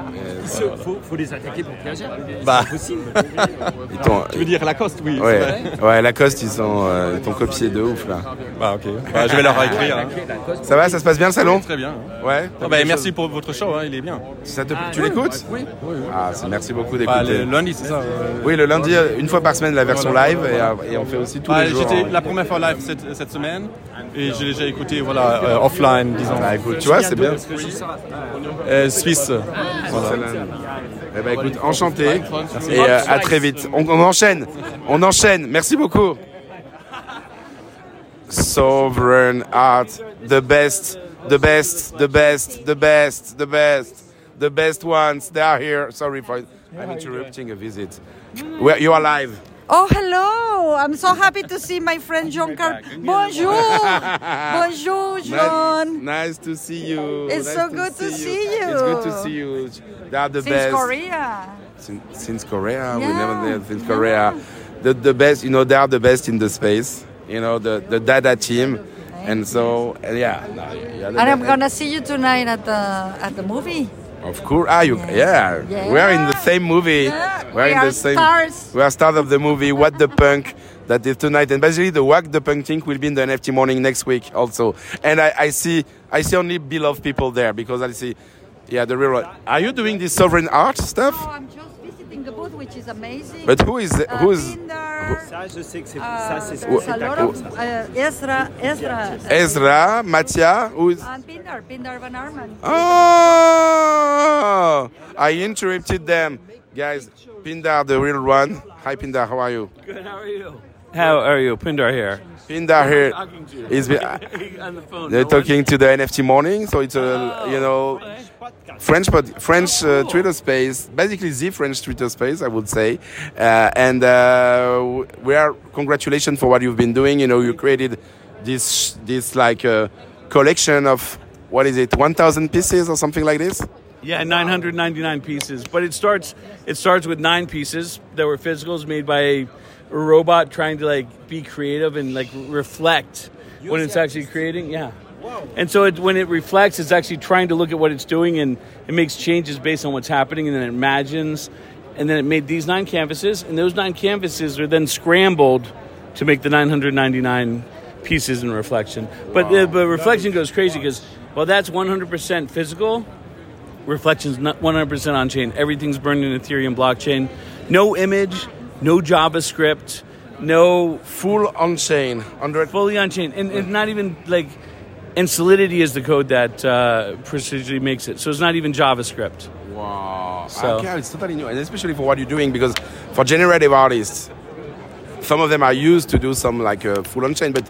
[SPEAKER 1] Euh,
[SPEAKER 15] Il se- faut, faut les attaquer pour plagier.
[SPEAKER 20] Bah.
[SPEAKER 15] C'est possible.
[SPEAKER 1] Ils t'ont-
[SPEAKER 20] Tu veux dire Lacoste, oui.
[SPEAKER 1] Ouais,
[SPEAKER 20] c'est vrai.
[SPEAKER 1] ouais Lacoste, ils sont, euh, ils t'ont copié de ouf là.
[SPEAKER 20] Bah, ok. Bah, je vais leur écrire. hein.
[SPEAKER 1] Ça va, ça se passe bien le salon
[SPEAKER 20] Très bien.
[SPEAKER 1] Ouais.
[SPEAKER 20] Ah, bah, merci pour votre show, hein, il est bien.
[SPEAKER 1] Ça te- tu l'écoutes Oui. Ah, c'est- merci beaucoup d'écouter.
[SPEAKER 20] Bah, le lundi, c'est ça. euh,
[SPEAKER 1] Oui, le lundi, euh, une fois par semaine, la version
[SPEAKER 20] Voilà.
[SPEAKER 1] live, et, euh, et on fait aussi tous
[SPEAKER 20] Bah,
[SPEAKER 1] les jours.
[SPEAKER 20] J'étais
[SPEAKER 1] hein.
[SPEAKER 20] la première fois live cette, cette semaine et j'ai déjà écouté voilà, euh, offline, disons.
[SPEAKER 1] Bah, écoute, tu vois, c'est bien.
[SPEAKER 20] Euh, Suisse. Voilà.
[SPEAKER 15] Euh,
[SPEAKER 1] Eh ben, écoute, enchanté,
[SPEAKER 20] Merci.
[SPEAKER 1] et euh, à très vite. On, on enchaîne, on enchaîne. Merci beaucoup. Sovereign art, the best, the best, the best, the best, the best, the best ones. They are here. Sorry for I'm interrupting a visit. Well, you are live.
[SPEAKER 19] Oh, hello! I'm so happy to see my friend John Car. Bonjour! Bonjour,
[SPEAKER 1] Nice-
[SPEAKER 19] John!
[SPEAKER 1] Nice, to see you.
[SPEAKER 19] It's
[SPEAKER 1] Nice
[SPEAKER 19] so good to see you.
[SPEAKER 1] It's good to see you. They are the
[SPEAKER 19] Since
[SPEAKER 1] best.
[SPEAKER 19] Korea.
[SPEAKER 1] Since, since Korea, we
[SPEAKER 19] Yeah.
[SPEAKER 1] never there since Korea. The, the best, you know, they are the best in the space. You know, the, the Dada team. And so, and yeah. no, you are the
[SPEAKER 21] And I'm
[SPEAKER 1] best.
[SPEAKER 21] gonna see you tonight at the at the movie.
[SPEAKER 1] Of course. Ah, you, yeah.
[SPEAKER 21] Yeah.
[SPEAKER 1] We're in the same movie. We're
[SPEAKER 21] We
[SPEAKER 1] in
[SPEAKER 21] are
[SPEAKER 1] the same.
[SPEAKER 21] stars.
[SPEAKER 1] We are stars of the movie What the Punk that is tonight. And basically, the What the Punk thing will be in the NFT morning next week also. And I, I see I see only beloved people there because I see, yeah, the real. one. Are you doing this sovereign art stuff?
[SPEAKER 21] I'm just visiting the booth, which is amazing.
[SPEAKER 1] But who is
[SPEAKER 19] Uh,
[SPEAKER 1] who is
[SPEAKER 15] Ça, je sais que c'est
[SPEAKER 21] Uh,
[SPEAKER 15] ça,
[SPEAKER 22] Ah,
[SPEAKER 15] c'est
[SPEAKER 21] there's
[SPEAKER 15] c'est
[SPEAKER 21] a
[SPEAKER 15] ta
[SPEAKER 21] lot
[SPEAKER 15] carte,
[SPEAKER 21] of
[SPEAKER 15] ça.
[SPEAKER 21] uh, Ezra, Ezra,
[SPEAKER 1] Ezra, Mattia? Who is?
[SPEAKER 21] and Pindar, Pindar Van Arman.
[SPEAKER 1] Oh, I interrupted them, guys. Pindar, the real one. Hi, Pindar. How are you?
[SPEAKER 15] Good, how are you?
[SPEAKER 1] How are you? Pindar here. Pindar here. He's been-
[SPEAKER 15] On the phone.
[SPEAKER 1] They're talking to the NFT morning, so it's a you know French pod, French
[SPEAKER 15] Oh.
[SPEAKER 1] uh, Twitter space, basically the French Twitter space, I would say. Uh, and uh, w- we are congratulations for what you've been doing. You know, you created this this like uh, collection of what is it, 1,000 pieces or something like this.
[SPEAKER 2] Yeah, 999 pieces. But it starts it starts with nine pieces that were physicals made by a robot trying to like be creative and like reflect what it's actually creating. Yeah. And so it, when it reflects, it's actually trying to look at what it's doing and it makes changes based on what's happening and then it imagines. And then it made these nine canvases, and those nine canvases are then scrambled to make the 999 pieces in reflection. But the but reflection goes crazy because, well, that's 100% physical. Reflection's not 100% on chain. Everything's burned in Ethereum blockchain. No image, no JavaScript, no
[SPEAKER 1] full on chain.
[SPEAKER 2] Fully on chain, and, and not even like. And Solidity is the code that uh, precisely makes it. So it's not even JavaScript.
[SPEAKER 1] Wow.
[SPEAKER 2] So.
[SPEAKER 1] Okay, it's totally new, and especially for what you're doing, because for generative artists, some of them are used to do some like uh, full on chain, but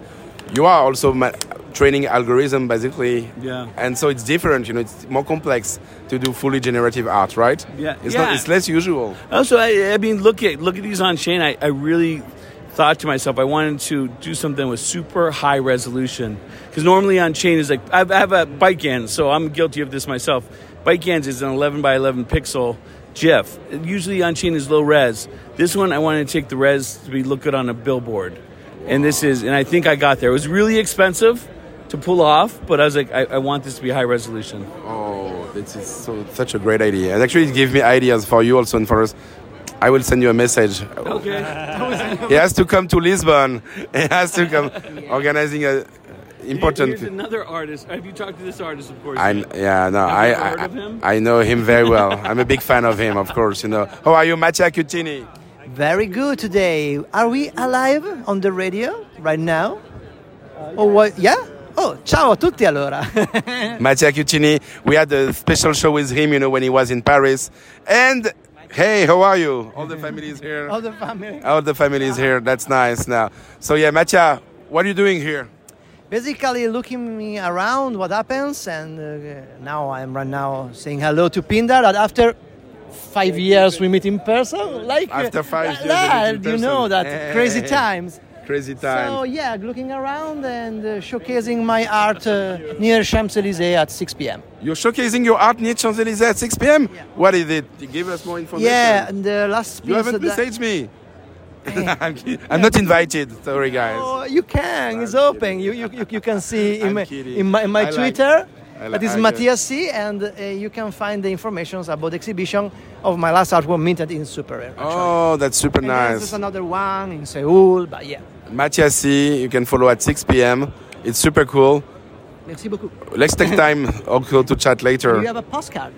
[SPEAKER 1] you are also ma- training algorithm basically,
[SPEAKER 2] Yeah.
[SPEAKER 1] and so it's different. You know, it's more complex to do fully generative art, right?
[SPEAKER 2] Yeah.
[SPEAKER 1] It's
[SPEAKER 2] Yeah.
[SPEAKER 1] not. It's less usual.
[SPEAKER 2] Also, I, I mean, look at look at these on chain. I, I really thought to myself, I wanted to do something with super high resolution because normally on chain is like I've, I have a Bytecans, so I'm guilty of this myself. Bytecans is an 11 by 11 pixel GIF. Usually on chain is low res. This one, I wanted to take the res to be look good on a billboard, and this is, and I think I got there. It was really expensive to pull off, but I was like, I, I want this to be high resolution.
[SPEAKER 1] Oh, this is so such a great idea, and actually, it gave me ideas for you also and for us. I will send you a message. He has to come to Lisbon. He has to come. Organizing a important.
[SPEAKER 2] Here's another artist. Have you talked to this artist? Of course.
[SPEAKER 1] I yeah no
[SPEAKER 2] Have
[SPEAKER 1] I
[SPEAKER 2] you heard
[SPEAKER 1] I,
[SPEAKER 2] of him?
[SPEAKER 1] I know him very well. I'm a big fan of him, of course. You know. How are you, Mattia Cutini?
[SPEAKER 23] Very good today. Are we alive on the radio right now?
[SPEAKER 24] Oh, what? Yeah? Oh, ciao a tutti allora. Uh.
[SPEAKER 1] Mattia Cuccini. We had a special show with him, you know, when he was in Paris. And hey, how are you? All the family is here.
[SPEAKER 24] All the family.
[SPEAKER 1] All the family is here. That's nice now. So yeah, Mattia, what are you doing here?
[SPEAKER 24] Basically, looking me around what happens, and uh, now I'm right now saying hello to Pindar. That after five years we meet in person, like
[SPEAKER 1] After five years we meet
[SPEAKER 24] yeah,
[SPEAKER 1] in
[SPEAKER 24] you know
[SPEAKER 1] person.
[SPEAKER 24] that crazy
[SPEAKER 1] Hey.
[SPEAKER 24] times.
[SPEAKER 1] Crazy time.
[SPEAKER 24] So yeah, looking around and uh, showcasing my art uh, near Champs Elysees at 6 p.m.
[SPEAKER 1] You're showcasing your art near Champs Elysees at 6 p.m. What is it? You Give us more information.
[SPEAKER 24] Yeah, and the last piece
[SPEAKER 1] You haven't
[SPEAKER 24] that-
[SPEAKER 1] messaged me. I'm, kid- I'm not invited. Sorry, guys.
[SPEAKER 24] Oh, you can. It's open. You, you, you, you can see in my, in my,
[SPEAKER 1] I
[SPEAKER 24] in my
[SPEAKER 1] like-
[SPEAKER 24] Twitter.
[SPEAKER 1] I li-
[SPEAKER 24] that is
[SPEAKER 1] I-
[SPEAKER 24] Matthias C. And uh, you can find the informations about the exhibition of my last artwork minted in Super Air.
[SPEAKER 1] Oh, that's super
[SPEAKER 24] And This is
[SPEAKER 1] nice.
[SPEAKER 24] another one in Seoul. But yeah,
[SPEAKER 1] Mathias, C, you can follow at 6 p.m. It's super cool.
[SPEAKER 24] merci beaucoup.
[SPEAKER 1] Let's take time also to chat
[SPEAKER 24] You
[SPEAKER 1] later.
[SPEAKER 24] have a postcard.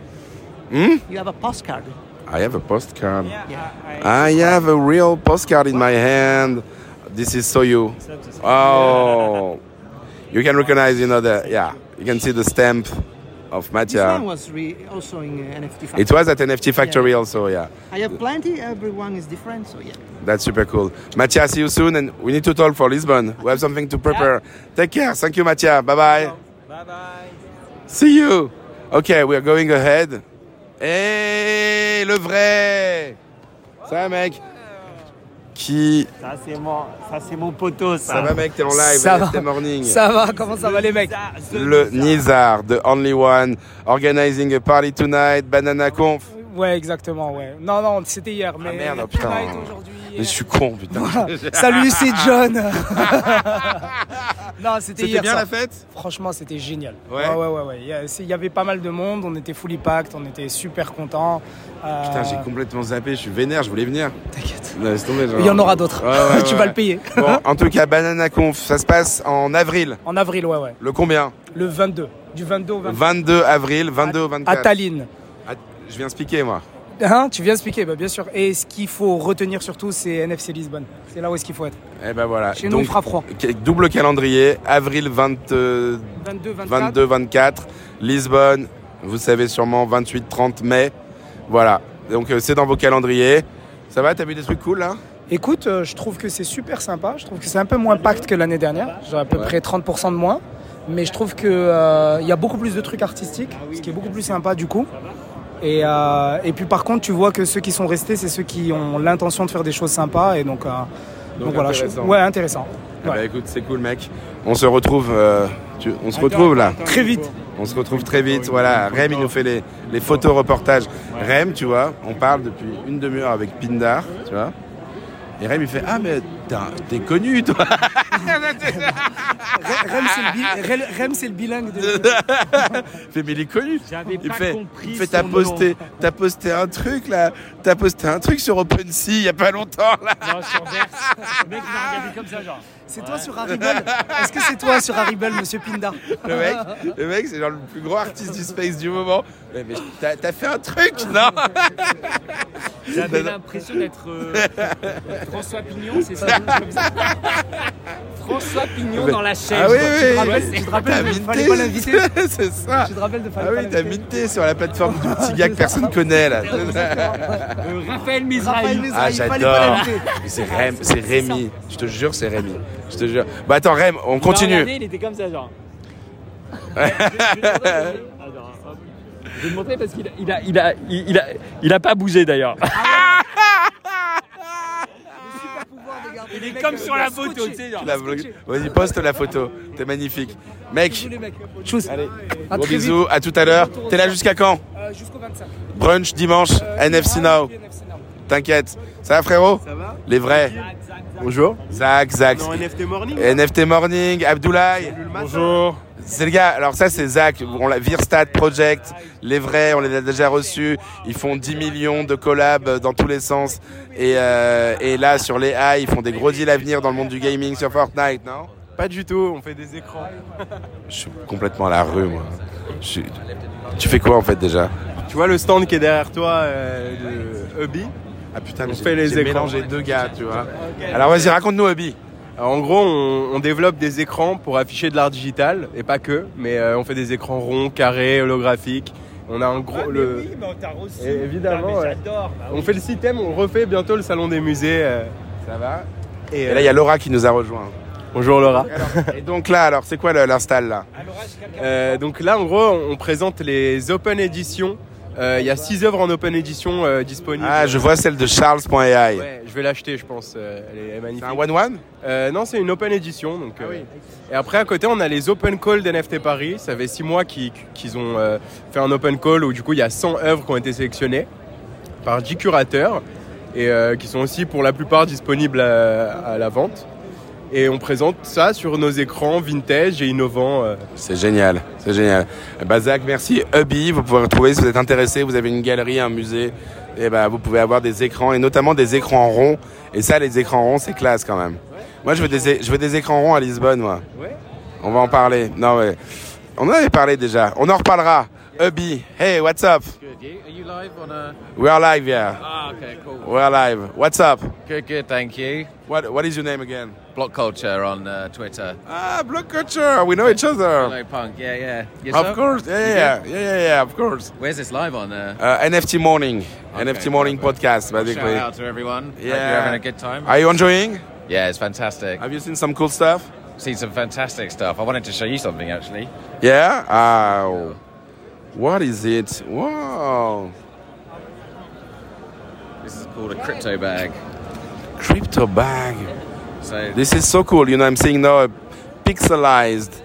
[SPEAKER 1] Hmm?
[SPEAKER 24] You have a postcard.
[SPEAKER 1] I have a postcard.
[SPEAKER 24] Yeah.
[SPEAKER 1] Ah, I have a real postcard in my hand. This is so you. Oh, you can recognize, you know, the yeah. You can see the stamp of
[SPEAKER 24] This one
[SPEAKER 1] Mattia.
[SPEAKER 24] was re- also in uh, NFT factory.
[SPEAKER 1] It was at NFT Factory
[SPEAKER 24] Yeah.
[SPEAKER 1] also, yeah.
[SPEAKER 24] I have plenty. Everyone is different. So yeah.
[SPEAKER 1] That's super cool. Mattia, see you soon, and we need to talk for Lisbon. We have something to prepare. Take care. Thank you, Mattia. Bye bye. Bye bye. See you. Okay, we are going ahead. Hey, le vrai. Ça, mec. Qui
[SPEAKER 22] Ça, c'est mon, ça, c'est mon poteau, ça.
[SPEAKER 1] Ça va, mec, t'es en live.
[SPEAKER 22] Ça va.
[SPEAKER 1] C'était morning.
[SPEAKER 22] Ça va, comment ça va, les mecs
[SPEAKER 1] Le Nizar, the only one, organizing a party tonight, Banana
[SPEAKER 22] Oh,
[SPEAKER 1] Conf.
[SPEAKER 22] Ouais, exactement, ouais. Non, non, c'était hier, mais.
[SPEAKER 1] Merde, oh, putain. Mais je suis con, putain.
[SPEAKER 22] Voilà. Salut, c'est John. non, c'était
[SPEAKER 1] C'était
[SPEAKER 22] hier.
[SPEAKER 1] bien
[SPEAKER 22] ça.
[SPEAKER 1] la fête
[SPEAKER 22] Franchement, c'était génial.
[SPEAKER 1] Ouais.
[SPEAKER 22] ouais, ouais, ouais. Il y a- c'est- Il y avait pas mal de monde, on était fully packed, on était super contents. Euh,
[SPEAKER 1] Putain, j'ai complètement zappé, je suis vénère, je voulais venir. T'inquiète.
[SPEAKER 22] Il y en aura d'autres. Tu vas le payer.
[SPEAKER 1] bon, en tout cas, Banana Conf, ça se passe en avril.
[SPEAKER 22] En avril, ouais, ouais.
[SPEAKER 1] Le combien
[SPEAKER 22] Le 22. Du 22 au 24.
[SPEAKER 1] 22 avril, 22 au 24.
[SPEAKER 22] À Tallinn.
[SPEAKER 1] Ah, Je viens expliquer, moi.
[SPEAKER 22] Hein, tu viens expliquer, bah, bien sûr. Et ce qu'il faut retenir surtout, c'est NFC Lisbonne. C'est là où est-ce qu'il faut être.
[SPEAKER 1] Eh ben voilà.
[SPEAKER 22] Chez nous, on fera froid.
[SPEAKER 1] ca- Double calendrier, avril 20, euh,
[SPEAKER 22] 22, 24.
[SPEAKER 1] 22, 24, Lisbonne, vous savez sûrement, 28, 30 mai. Voilà. Donc euh, c'est dans vos calendriers. Ça va, t'as vu des trucs cool là
[SPEAKER 22] Écoute, euh, je trouve que c'est super sympa. Je trouve que c'est un peu moins pacte que l'année dernière. J'ai à peu près 30% de moins. Mais je trouve euh, qu'il y a beaucoup plus de trucs artistiques, ce qui est beaucoup plus sympa du coup. Et, euh, et puis par contre, tu vois que ceux qui sont restés, c'est ceux qui ont l'intention de faire des choses sympas. Et donc, euh, donc, voilà. je-
[SPEAKER 1] intéressant.
[SPEAKER 22] ouais, intéressant.
[SPEAKER 1] Eh ben, écoute, c'est cool mec. On se retrouve, euh, tu- on se retrouve là.
[SPEAKER 22] Très vite.
[SPEAKER 1] On se retrouve très vite. Voilà, Rem, il nous fait les, les photos reportages. Rem, tu vois, on parle depuis une demi-heure avec Pindar, tu vois. Et Rem, il fait Ah, mais t'as- t'es connu, toi
[SPEAKER 22] Rem, c'est le, bi- Rem- Rem, c'est le bilingue. De...
[SPEAKER 1] Il fait, mais il est connu. Il
[SPEAKER 22] pas
[SPEAKER 1] fait,
[SPEAKER 22] compris
[SPEAKER 1] il fait,
[SPEAKER 22] son
[SPEAKER 1] t'as
[SPEAKER 22] nom.
[SPEAKER 1] posté, t'as posté un truc là, t'as posté un truc sur OpenSea il y a pas longtemps là.
[SPEAKER 22] Le mec m'a regardé comme ça, genre. C'est toi sur Haribel Est-ce que c'est toi sur Haribel, monsieur Pinda
[SPEAKER 1] Le mec, le mec, c'est genre le plus gros artiste du space du moment. Mais, mais t'as, t'as fait un truc, non
[SPEAKER 15] J'avais
[SPEAKER 1] Non, non.
[SPEAKER 15] l'impression d'être euh, François Pignon, c'est ça François Pignon
[SPEAKER 1] Mais-
[SPEAKER 15] dans la chaîne.
[SPEAKER 1] Ah oui,
[SPEAKER 15] quoi.
[SPEAKER 1] oui.
[SPEAKER 15] Tu
[SPEAKER 1] T'as
[SPEAKER 15] te rappelles, tu te rappelles,
[SPEAKER 1] minté.
[SPEAKER 22] Fallait pas l'inviter
[SPEAKER 1] C'est ça.
[SPEAKER 22] Tu te rappelles de
[SPEAKER 1] Ah
[SPEAKER 22] Fallait pas
[SPEAKER 1] oui, t'as minté sur la plateforme du petit gars que personne connaît là.
[SPEAKER 15] Euh, Raphaël Mizrahi.
[SPEAKER 1] Ah j'adore. Mais C'est
[SPEAKER 15] Ah,
[SPEAKER 1] Rem, c'est Rémi. Je te jure, c'est Rémi. Je te jure. Bah attends, Rem, on
[SPEAKER 15] Il m'a regardé,
[SPEAKER 1] continue.
[SPEAKER 15] Il était comme ça, genre. Je vais te montrer parce qu'il a.
[SPEAKER 25] Il a, il a, il, il a, il a pas bougé d'ailleurs.
[SPEAKER 15] Il est comme sur la photo, tu sais, genre.
[SPEAKER 1] La- Vas-y, poste la photo. T'es magnifique. Mec,
[SPEAKER 22] Tchuss.
[SPEAKER 1] Allez,
[SPEAKER 22] À
[SPEAKER 1] gros
[SPEAKER 22] très vite.
[SPEAKER 1] bisous, à tout à l'heure. T'es là jusqu'à quand
[SPEAKER 22] Euh, Jusqu'au 25.
[SPEAKER 1] Brunch dimanche, NFC Now. T'inquiète. Ça va frérot Ça va Les vrais. Bonjour. Zach, Zach.
[SPEAKER 3] Non, NFT Morning.
[SPEAKER 1] NFT Morning, Abdoulaye. Bonjour. C'est le gars, alors ça c'est Zach, on l'a Virstat Project, les vrais, on les a déjà reçus, ils font 10 millions de collabs dans tous les sens et, euh, et là sur les high, ils font des gros deals à venir dans le monde du gaming sur Fortnite, non
[SPEAKER 3] Pas du tout, on fait des écrans.
[SPEAKER 1] Je suis complètement à la rue moi. Je suis- Tu fais quoi en fait déjà
[SPEAKER 3] tu vois le stand qui est derrière toi, euh, de Hubby
[SPEAKER 1] Ah putain,
[SPEAKER 3] on
[SPEAKER 1] mais
[SPEAKER 3] fait les
[SPEAKER 1] j'ai
[SPEAKER 3] écrans.
[SPEAKER 1] mélangé deux gars, tu vois. Alors vas-y, raconte-nous Hobby.
[SPEAKER 3] Alors, en gros, on, on développe des écrans pour afficher de l'art digital, et pas que, mais euh, on fait des écrans ronds, carrés, holographiques. On a un gros. le... Et évidemment, ouais. on fait le système, on refait bientôt le salon des musées. euh, ça va. Et, euh,
[SPEAKER 1] Et là, il y a Laura qui nous a rejoint.
[SPEAKER 3] Bonjour Laura.
[SPEAKER 1] Et donc là, alors, c'est quoi le- l'install là
[SPEAKER 3] Euh, donc là, en gros, on présente les open éditions. Euh, Il y a six œuvres en open édition euh, disponibles.
[SPEAKER 1] Ah, je vois celle de Charles.ai.
[SPEAKER 3] Ouais, je vais l'acheter, je pense. Euh, elle est- elle est magnifique. Euh,
[SPEAKER 1] C'est un one-one Ah
[SPEAKER 3] Non, c'est une open édition. Donc, euh, Et après, à côté, on a les open calls d'NFT Paris. Ça fait six mois qu'ils qu'ils ont euh, fait un open call où, du coup, il y a 100 œuvres qui ont été sélectionnées par 10 curateurs et euh, qui sont aussi pour la plupart disponibles à, à la vente. Et on présente ça sur nos écrans vintage et innovants. euh.
[SPEAKER 1] C'est génial, c'est génial. Eh ben, Zach, merci. Hubby, vous pouvez retrouver si vous êtes intéressé, vous avez une galerie, un musée, et ben, vous pouvez avoir des écrans, et notamment des écrans ronds. Et ça, les écrans ronds, c'est classe quand même. Moi, je veux, des, é- je veux des écrans ronds à Lisbonne, moi. On va en parler. Non, ouais. On en avait parlé déjà. On en reparlera. Hubby, hey, what's up?
[SPEAKER 9] Good. You, are you live on a?
[SPEAKER 1] We are live here.
[SPEAKER 9] Ah, okay, cool.
[SPEAKER 1] We are live. What's up?
[SPEAKER 9] Good, good. Thank you.
[SPEAKER 1] What What is your name again?
[SPEAKER 9] Block Culture on uh, Twitter.
[SPEAKER 1] Ah, block culture. We know each other.
[SPEAKER 9] Hello, punk. Yeah, yeah.
[SPEAKER 1] Of course. Yeah, yeah, yeah, yeah, yeah, of course.
[SPEAKER 9] Where's this live on? Uh,
[SPEAKER 1] Uh, NFT morning. NFT morning podcast,
[SPEAKER 9] shout
[SPEAKER 1] basically.
[SPEAKER 9] out to everyone. Hope you're
[SPEAKER 1] Yeah.
[SPEAKER 9] having a good time.
[SPEAKER 1] Are you enjoying?
[SPEAKER 9] Yeah, it's fantastic.
[SPEAKER 1] Have you seen some cool stuff?
[SPEAKER 9] Seen some fantastic stuff. I wanted to show you something actually.
[SPEAKER 1] Yeah. Oh. What is it? Wow.
[SPEAKER 9] This is called a crypto bag.
[SPEAKER 1] Crypto bag.
[SPEAKER 9] So
[SPEAKER 1] This is so cool. You know, I'm seeing now a pixelized.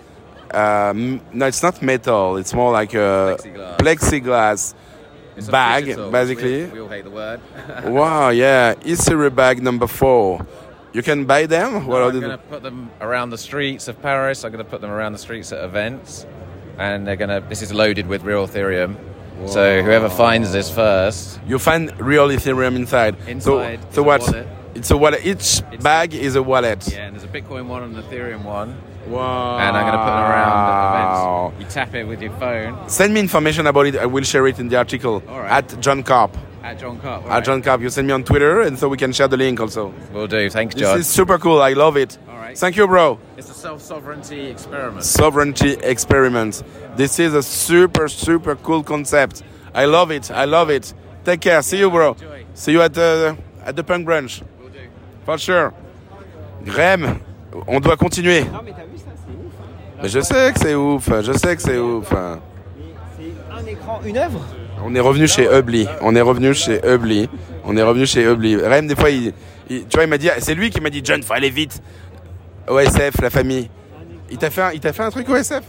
[SPEAKER 1] Uh, m- no, it's not metal. It's more like a
[SPEAKER 9] Plexiglass.
[SPEAKER 1] plexiglass,
[SPEAKER 9] it's a
[SPEAKER 1] bag,
[SPEAKER 9] digital.
[SPEAKER 1] basically.
[SPEAKER 9] We, we all hate the word.
[SPEAKER 1] wow, yeah, Isiri bag number four. You can buy them. What are
[SPEAKER 9] I'm
[SPEAKER 1] the-
[SPEAKER 9] going to put them around the streets of Paris. I'm going to put them around the streets at events, and they're going to. This is loaded with real Ethereum. So whoever finds this first,
[SPEAKER 1] you find real Ethereum inside.
[SPEAKER 9] Inside
[SPEAKER 1] so, so
[SPEAKER 9] is a
[SPEAKER 1] what?
[SPEAKER 9] wallet.
[SPEAKER 1] It's a wallet. Each bag is a wallet.
[SPEAKER 9] yeah, and there's a Bitcoin one and an Ethereum one,
[SPEAKER 1] Wow.
[SPEAKER 9] and I'm going to put them around at events. You tap it with your phone
[SPEAKER 1] Send me information about it. I will share it in the article
[SPEAKER 9] All right.
[SPEAKER 1] at John Carp.
[SPEAKER 9] at John Carp.
[SPEAKER 1] At John Carp, you send me on Twitter, and so we can share the link also.
[SPEAKER 9] Will do. Thanks,
[SPEAKER 1] This
[SPEAKER 9] John.
[SPEAKER 1] is super cool. I love it.
[SPEAKER 9] All right.
[SPEAKER 1] Thank you, bro.
[SPEAKER 9] It's a self-sovereignty experiment.
[SPEAKER 1] Sovereignty experiment. This is a super, super cool concept. I love it. I love it. Take care. See you, bro. See you at the at the punk brunch. For sure. Graham, on doit continuer. Mais je sais que c'est ouf. Je sais que c'est ouf. hein.
[SPEAKER 24] Un écran, une œuvre
[SPEAKER 1] On est revenu chez Hubly. On est revenu chez Hubly. On est revenu chez Hubly. Rem, des fois, il, il- tu vois, il m'a dit, c'est lui qui m'a dit, John, faut aller vite. OSF, la famille. Il t'a fait, un- il t'a fait un truc OSF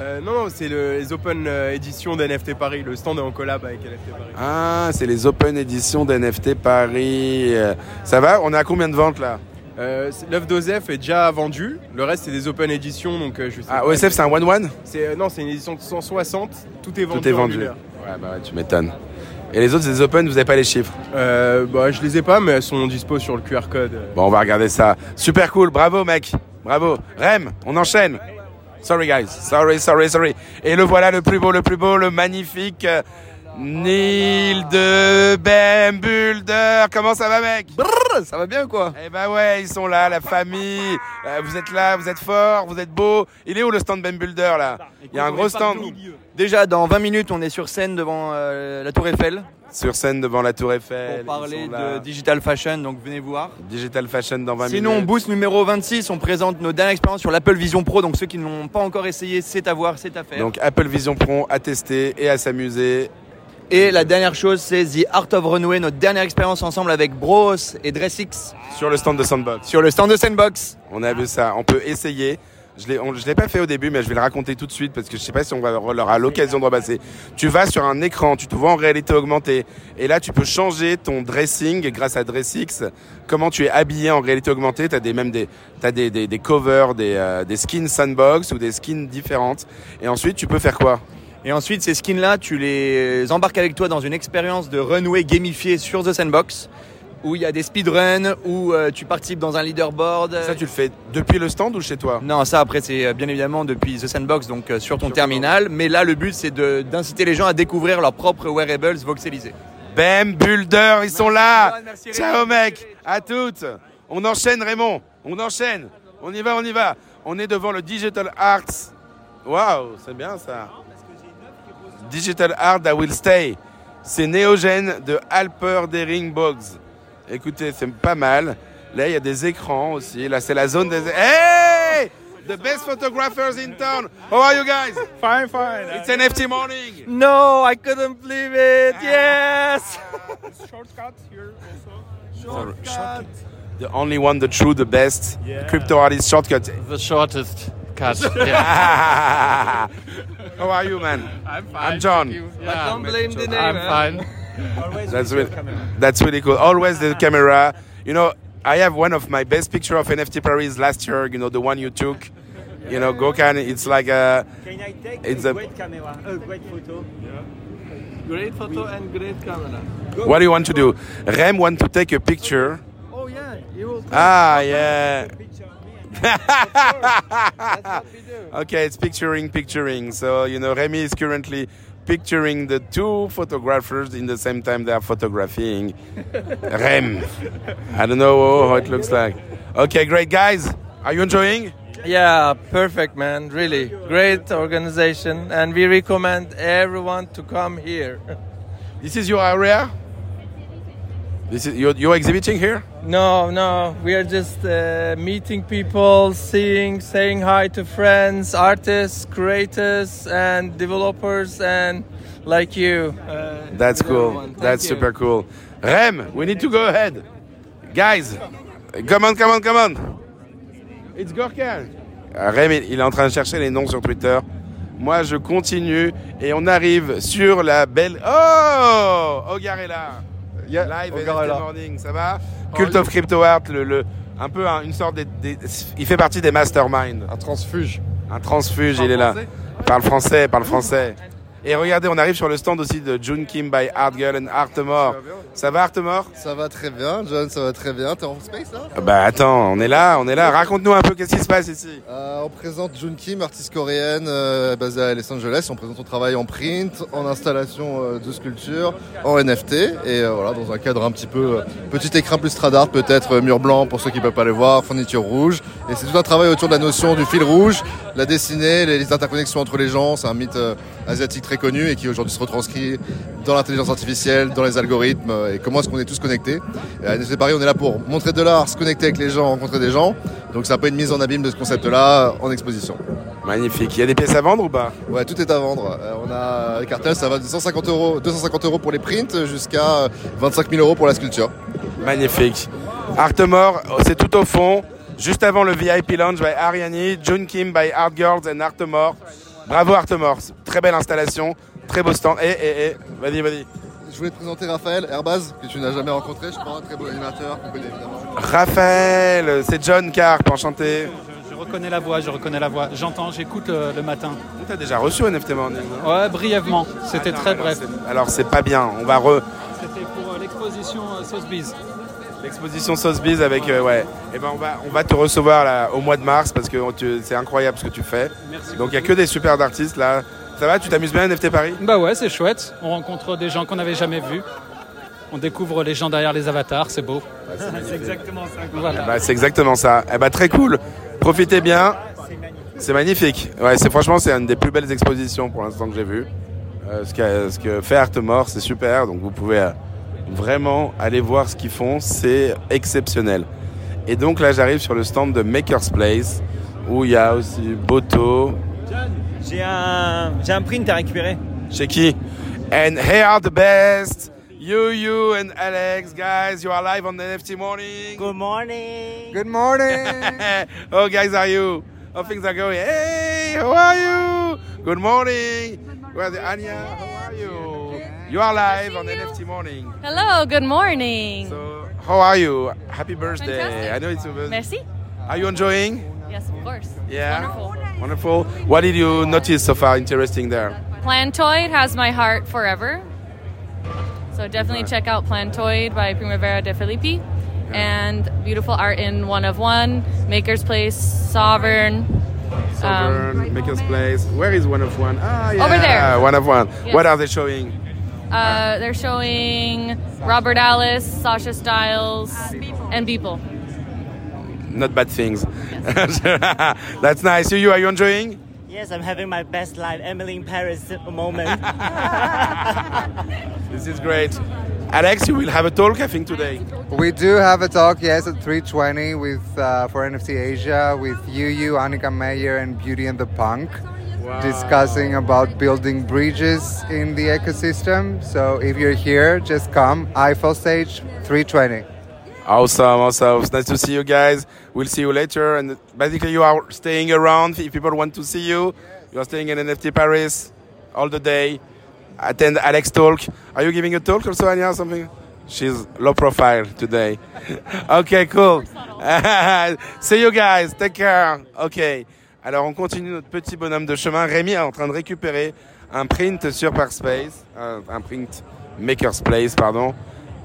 [SPEAKER 3] Euh, non, non, c'est le- les open euh, éditions d'NFT Paris. Le stand est en collab avec NFT Paris.
[SPEAKER 1] Ah, c'est les Open Edition d'NFT Paris. Euh, Ça va On est à combien de ventes là
[SPEAKER 3] Euh, c'est- L'œuvre d'OSEF est déjà vendue. Le reste, c'est des open éditions. Donc, euh, je sais
[SPEAKER 1] Ah,
[SPEAKER 3] pas.
[SPEAKER 1] OSF, c'est un one-one
[SPEAKER 3] C'est- euh, Non, c'est une édition de 160. Tout est vendu.
[SPEAKER 1] Tout est
[SPEAKER 3] en
[SPEAKER 1] vendu.
[SPEAKER 3] une heure.
[SPEAKER 1] Ouais, bah ouais, tu m'étonnes. Et les autres, c'est des Open, vous n'avez pas les chiffres
[SPEAKER 3] Euh, bah, je les ai pas, mais elles sont dispo sur le QR code. euh.
[SPEAKER 1] Bon, on va regarder ça. Super cool, bravo mec, bravo. Rem, on enchaîne. Sorry guys, sorry, sorry, sorry. Et le voilà, le plus beau, le plus beau, le magnifique euh, Neil de Bembulder. Comment ça va mec Ça va bien ou quoi Eh ben ouais, ils sont là, la famille. Euh, Vous êtes là, vous êtes fort, vous êtes beau. Il est où le stand Bembulder là Ah, Il y a un gros stand.
[SPEAKER 10] Déjà, dans 20 minutes, on est sur scène devant euh, la Tour Eiffel
[SPEAKER 1] Sur scène devant la Tour Eiffel.
[SPEAKER 10] pour parler
[SPEAKER 1] ils sont là.
[SPEAKER 10] de digital fashion, donc venez voir.
[SPEAKER 1] Digital Fashion dans 20
[SPEAKER 10] Sinon,
[SPEAKER 1] minutes.
[SPEAKER 10] boost numéro 26, on présente nos dernières expériences sur l'Apple Vision Pro, donc ceux qui ne l'ont pas encore essayé, c'est à voir, c'est à faire.
[SPEAKER 1] Donc Apple Vision Pro à tester et à s'amuser.
[SPEAKER 10] Et la dernière chose, c'est The Art of Runway, notre dernière expérience ensemble avec Bros et Dressix.
[SPEAKER 1] Sur le stand de Sandbox.
[SPEAKER 10] Sur le stand de Sandbox.
[SPEAKER 1] On a vu ça. On peut essayer. Je l'ai, on- je l'ai pas fait au début, mais je vais le raconter tout de suite parce que je sais pas si on va, on aura l'occasion de repasser. Tu vas sur un écran, tu te vois en réalité augmentée, et là tu peux changer ton dressing grâce à DressX. Comment tu es habillé en réalité augmentée T'as des même des, t'as des, des, des covers, des, euh, des skins sandbox ou des skins différentes. Et ensuite tu peux faire quoi
[SPEAKER 10] Et ensuite, ces skins-là, tu les embarques avec toi dans une expérience de runway gamifiée sur The Sandbox, où il y a des speedruns, où euh, tu participes dans un leaderboard.
[SPEAKER 1] Ça, tu le fais depuis le stand ou chez toi
[SPEAKER 10] Non, ça, après, c'est euh, bien évidemment depuis The Sandbox, donc euh, sur ton terminal. Mais là, le but, c'est de- d'inciter les gens à découvrir leurs propres wearables voxelisés.
[SPEAKER 1] Bem, Bulder, Ah, ils sont là. Ciao mec, à toutes. On enchaîne Raymond, on enchaîne. On y va, on y va. On est devant le Digital Arts. Waouh, c'est bien ça. Digital Art I Will Stay. C'est Néogène de Alper Dering Boggs. Écoutez, c'est pas mal. Là, il y a des écrans aussi. Là, c'est la zone des. Hey! The best photographers in town. How are you guys?
[SPEAKER 6] Fine, fine.
[SPEAKER 1] It's NFT morning. Ah.
[SPEAKER 6] No, I couldn't believe it. Yes.
[SPEAKER 23] Shortcut here also.
[SPEAKER 1] Shortcut. The only one, the true, the best. Crypto artist shortcut.
[SPEAKER 18] The shortest cut.
[SPEAKER 1] How are you, man? I'm
[SPEAKER 18] fine,
[SPEAKER 1] I'm John.
[SPEAKER 18] thank you.
[SPEAKER 23] But
[SPEAKER 18] Yeah, I'm
[SPEAKER 23] don't blame
[SPEAKER 18] John.
[SPEAKER 23] the
[SPEAKER 18] I'm
[SPEAKER 23] name,
[SPEAKER 18] fine.
[SPEAKER 1] That's really, that's really cool. Always the camera. You know, I have one of my best picture of NFT Paris last year. You know, the one you took. You know, Gokan. It's like uh, a.
[SPEAKER 6] Can I take
[SPEAKER 1] It's
[SPEAKER 6] a,
[SPEAKER 1] a.
[SPEAKER 6] great camera? A great photo. Great photo and great camera.
[SPEAKER 1] What do you want to do? Rem want to take a picture.
[SPEAKER 6] Oh yeah, you will.
[SPEAKER 1] Ah yeah. okay, it's picturing, picturing. So you know, Remy is currently picturing the two photographers in the same time they are photographing. Rem. I don't know oh, how it looks like. Okay, great guys. Are you enjoying?
[SPEAKER 23] Yeah, perfect, man. Really great organization, and we recommend everyone to come here.
[SPEAKER 1] This is your area. This is you're, you're exhibiting here.
[SPEAKER 23] No, no, we are just uh, meeting people, seeing, saying hi to friends, artists, creators, and developers, and like you. Uh,
[SPEAKER 1] That's cool.
[SPEAKER 23] Thank
[SPEAKER 1] That's
[SPEAKER 23] you.
[SPEAKER 1] super cool. Rem, we need to go ahead. Guys, come on, come on, come on. It's Gorka. Euh, Rem, il il est en train de chercher les noms sur Twitter. Moi, je continue et on arrive sur la belle. Oh Ogar est là.
[SPEAKER 17] Yeah,
[SPEAKER 1] Live
[SPEAKER 17] Hogar est
[SPEAKER 1] NFT
[SPEAKER 17] là.
[SPEAKER 1] Morning, ça va Cult of Crypto Art, le, le- un peu un- une sorte des, des- Il fait partie des masterminds. Un transfuge. Un transfuge, il est là. Parle français, parle français. Et regardez, on arrive sur le stand aussi de June Kim by Art Girl and Artemore. Ça va Artemore
[SPEAKER 26] Ça va très bien, John, ça va très bien. T'es en space là
[SPEAKER 1] Ah Bah attends, on est là, on est là. Raconte-nous un peu qu'est-ce qui se passe ici.
[SPEAKER 26] Euh, On présente Jun Kim, artiste coréenne euh, basée à Los Angeles. On présente son travail en print, en installation euh, de sculpture, en NFT. Et euh, voilà, dans un cadre un petit peu euh, petit écrin plus stradart, peut-être euh, mur blanc pour ceux qui peuvent pas le voir, fourniture rouge. Et c'est tout un travail autour de la notion du fil rouge, la dessinée, les, les interconnexions entre les gens. C'est un mythe euh, asiatique très connu et qui aujourd'hui se retranscrit dans l'intelligence artificielle, dans les algorithmes euh, et comment est-ce qu'on est tous connectés. Et à NFT Paris, on est là pour montrer de l'art, se connecter avec les gens, rencontrer des gens. Donc c'est un peu une mise en abîme de ce concept-là euh, en exposition.
[SPEAKER 1] Magnifique. Il y a des pièces à vendre ou pas
[SPEAKER 26] Ouais, tout est à vendre. Euh, on a les cartels, ça va de 150 euros, 250 euros pour les prints jusqu'à euh, 25 000 euros pour la sculpture.
[SPEAKER 1] Magnifique. Artemore, c'est tout au fond, juste avant le VIP Lounge by Ariani, June Kim by Art Girls and Artemore. Bravo Artemore, très belle installation, très beau stand. Eh, eh, eh, vas-y, vas-y.
[SPEAKER 26] Je voulais te présenter Raphaël Herbaz, que tu n'as jamais rencontré, je crois, un très beau animateur qu'on connaît évidemment.
[SPEAKER 1] Raphaël, c'est John Carp, enchanté.
[SPEAKER 15] Je reconnais la voix, je reconnais la voix. J'entends, j'écoute euh, le, le matin.
[SPEAKER 1] T'as déjà reçu NFT Morning non
[SPEAKER 15] Ouais, brièvement. C'était
[SPEAKER 1] Attends,
[SPEAKER 15] très
[SPEAKER 1] alors
[SPEAKER 15] bref.
[SPEAKER 1] c'est- Alors c'est pas bien, on va re...
[SPEAKER 15] C'était pour euh, l'exposition euh, Sotheby's.
[SPEAKER 1] L'exposition Sotheby's avec... euh, ouais. Et ben on va, on va te recevoir là, au mois de mars parce que on te- c'est incroyable ce que tu fais.
[SPEAKER 15] Merci
[SPEAKER 1] Donc il y a que des super artistes là. Ça va, tu t'amuses bien NFT Paris
[SPEAKER 15] Bah ouais, c'est chouette. On rencontre des gens qu'on n'avait jamais vus. On découvre les gens derrière les avatars, c'est beau.
[SPEAKER 6] C'est exactement ça.
[SPEAKER 15] Voilà.
[SPEAKER 1] Bah, c'est exactement ça. Eh bah, très cool. Profitez bien. C'est magnifique. Ouais, c'est franchement c'est une des plus belles expositions pour l'instant que j'ai vues. Euh, ce, qu'a- ce que fait Artemore, c'est super. Donc vous pouvez euh, vraiment aller voir ce qu'ils font, c'est exceptionnel. Et donc là j'arrive sur le stand de Maker's Place où il y a aussi Boto.
[SPEAKER 27] J'ai un, j'ai un print à récupérer.
[SPEAKER 1] Chez qui? And here are the best. You, you and Alex, guys, you are live on the NFT morning. Good morning. Good morning. oh, guys, are you? How things are going? Hey, how are you? Good morning. Where's Anya? How are you? You are live on NFT morning.
[SPEAKER 28] Hello, good morning.
[SPEAKER 1] How are you? Happy birthday.
[SPEAKER 28] Fantastic.
[SPEAKER 1] I know it's a
[SPEAKER 28] Merci.
[SPEAKER 1] Are you enjoying?
[SPEAKER 28] Yes, of course.
[SPEAKER 1] Yeah.
[SPEAKER 28] Wonderful.
[SPEAKER 1] Wonderful. What did you notice so far interesting there?
[SPEAKER 28] Plantoid has my heart forever. So definitely check out Plantoid by Primavera de Filippi. And beautiful art in One of One, Maker's Place, Sovereign. Um,
[SPEAKER 1] Sovereign, Maker's Place. Where is one of one? Ah, yeah.
[SPEAKER 28] Over there.
[SPEAKER 1] One of one.
[SPEAKER 28] Yes.
[SPEAKER 1] What are they showing?
[SPEAKER 28] uh, they're showing Robert Alice, Sasha Stiles, and Beeple.
[SPEAKER 1] not bad things. That's nice. You, you, are you enjoying?
[SPEAKER 8] Yes, I'm having my best life, Emily in Paris at the moment.
[SPEAKER 1] This is great. Alex, you will have a talk, I think, today.
[SPEAKER 11] We do have a talk, yes, at 3:20 with uh, for NFT Asia with Yu, Annika Meyer, and Beauty and the Punk, discussing about building bridges in the ecosystem. So if you're here, just come. Eiffel Stage, 3:20.
[SPEAKER 1] Awesome, awesome. It's nice to see you guys. We'll see you later. And basically, you are staying around. If people want to see you, you are staying in NFT Paris all the day. Attend Alex talk. Are you giving a talk also, Anya, or something? She's low profile today. okay, cool. see you guys. Take care. Okay. Alors, on continue notre petit bonhomme de chemin. Rémi est en train de récupérer un print sur Parspace, un, un print Maker's Place, pardon.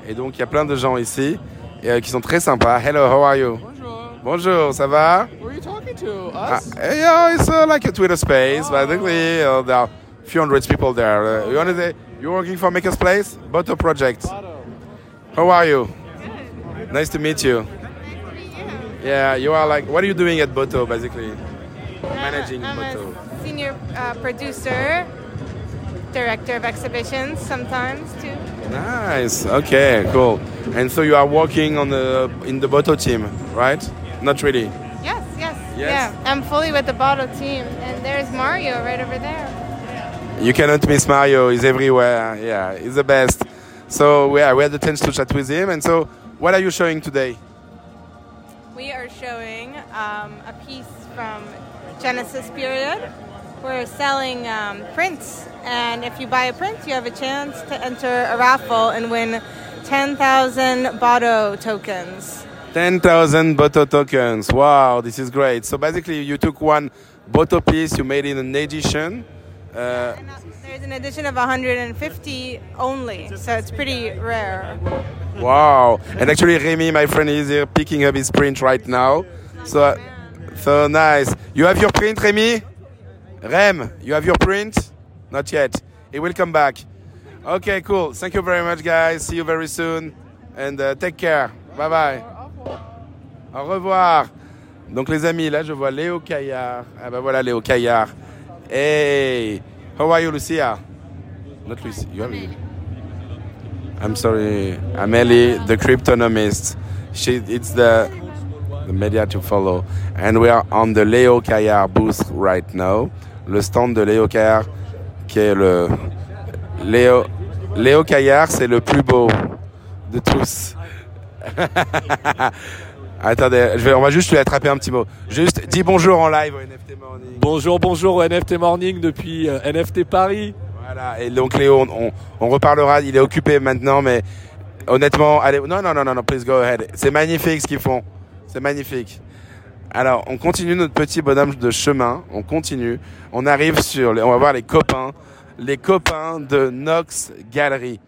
[SPEAKER 1] Et donc, il y a plein de gens ici et, euh, qui sont très sympas. Hello, how are you? Bonjour. Bonjour, ça va?
[SPEAKER 23] Who are you talking to?
[SPEAKER 1] Uh,
[SPEAKER 23] Us?
[SPEAKER 1] yeah, it's uh, like a Twitter space, basically. Uh, there are a few hundred people there. Uh, you wanna say, you're working for Maker's Place? Boto Project. How are you? Nice to meet you. Yeah, you are like, what are you doing at Boto, basically? Managing
[SPEAKER 14] I'm
[SPEAKER 1] Boto.
[SPEAKER 14] a senior uh, producer, director of exhibitions sometimes too.
[SPEAKER 1] Nice. Okay, cool. And so you are working on the in the Boto team, right? Not really.
[SPEAKER 14] Yes, yes,
[SPEAKER 1] Yes.
[SPEAKER 14] yeah. I'm fully with the bottle team, and there's Mario right over there.
[SPEAKER 1] You cannot miss Mario. He's everywhere. Yeah, he's the best. So yeah, we had the chance to chat with him. And so, what are you showing today?
[SPEAKER 14] We are showing um, a piece from Genesis period. We're selling um, prints, and if you buy a print, you have a chance to enter a raffle and win 10,000 Botto tokens.
[SPEAKER 1] Ten thousand Boto tokens. Wow, this is great. So basically, you took one Boto piece, you made it an edition. Uh,
[SPEAKER 14] There's an edition of 150 only, so it's pretty rare.
[SPEAKER 1] Wow! And actually, Remy, my friend, is here picking up his print right now. So, so nice. You have your print, Remy? Rem, you have your print? Not yet. It will come back. Okay, cool. Thank you very much, guys. See you very soon. And uh, take care. Bye bye. Au revoir. Donc, les amis, là, je vois Léo Caillard. Ah, ben voilà, Léo Caillard. Hey! How are you, Lucia? Not Lucia. You have... I'm sorry, Amelie, the cryptonomist. She, it's the, the media to follow. And we are on the Léo Caillard booth right now. Le stand de Léo Caillard, qui est le. Léo, Léo Caillard, c'est le plus beau de tous. Attendez, je vais, on va juste lui attraper un petit mot. Juste, dis bonjour en live au NFT Morning.
[SPEAKER 16] Bonjour, bonjour au NFT Morning depuis euh, NFT Paris.
[SPEAKER 1] Voilà, et donc Léo, on, on- on reparlera, il est occupé maintenant, mais honnêtement, allez, non, non, non, non, non, please go ahead. C'est magnifique ce qu'ils font, c'est magnifique. Alors, on continue notre petit bonhomme de chemin, on continue, on arrive sur, les- on va voir les copains, les copains de Nox Gallery.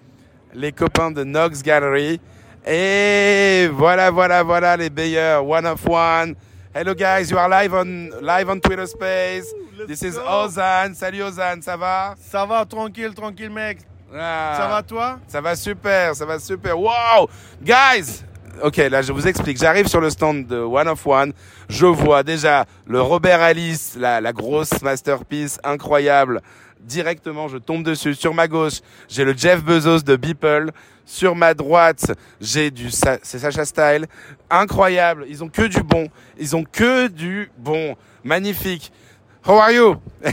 [SPEAKER 1] Les copains de Nox Gallery. Et voilà, voilà, voilà les meilleurs, one of one. Hello guys, you are live on, live on Twitter Space. This is Ozan. Salut Ozan, ça va
[SPEAKER 17] Ça va, tranquille, tranquille, mec.
[SPEAKER 1] Ah.
[SPEAKER 17] Ça va, toi
[SPEAKER 1] Ça va super, ça va super. Wow Guys Ok, là je vous explique. J'arrive sur le stand de One of One. Je vois déjà le Robert Alice, la, la grosse masterpiece incroyable. Directement, je tombe dessus. Sur ma gauche, j'ai le Jeff Bezos de Beeple. Sur ma droite, j'ai du Sa- c'est Sacha Style. Incroyable. Ils ont que du bon. Ils ont que du bon. Magnifique. How are you?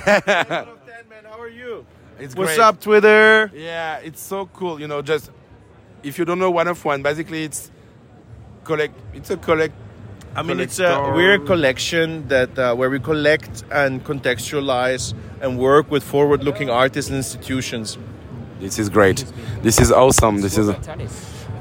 [SPEAKER 1] It's
[SPEAKER 17] What's
[SPEAKER 1] great.
[SPEAKER 17] up, Twitter?
[SPEAKER 1] Yeah, it's so cool. You know, just if you don't know one of one, basically it's collect. It's a collect.
[SPEAKER 17] I mean, it's a
[SPEAKER 1] collector.
[SPEAKER 17] we're a collection that uh, where we collect and contextualize and work with forward-looking artists and institutions.
[SPEAKER 1] This is great. This is awesome. This is.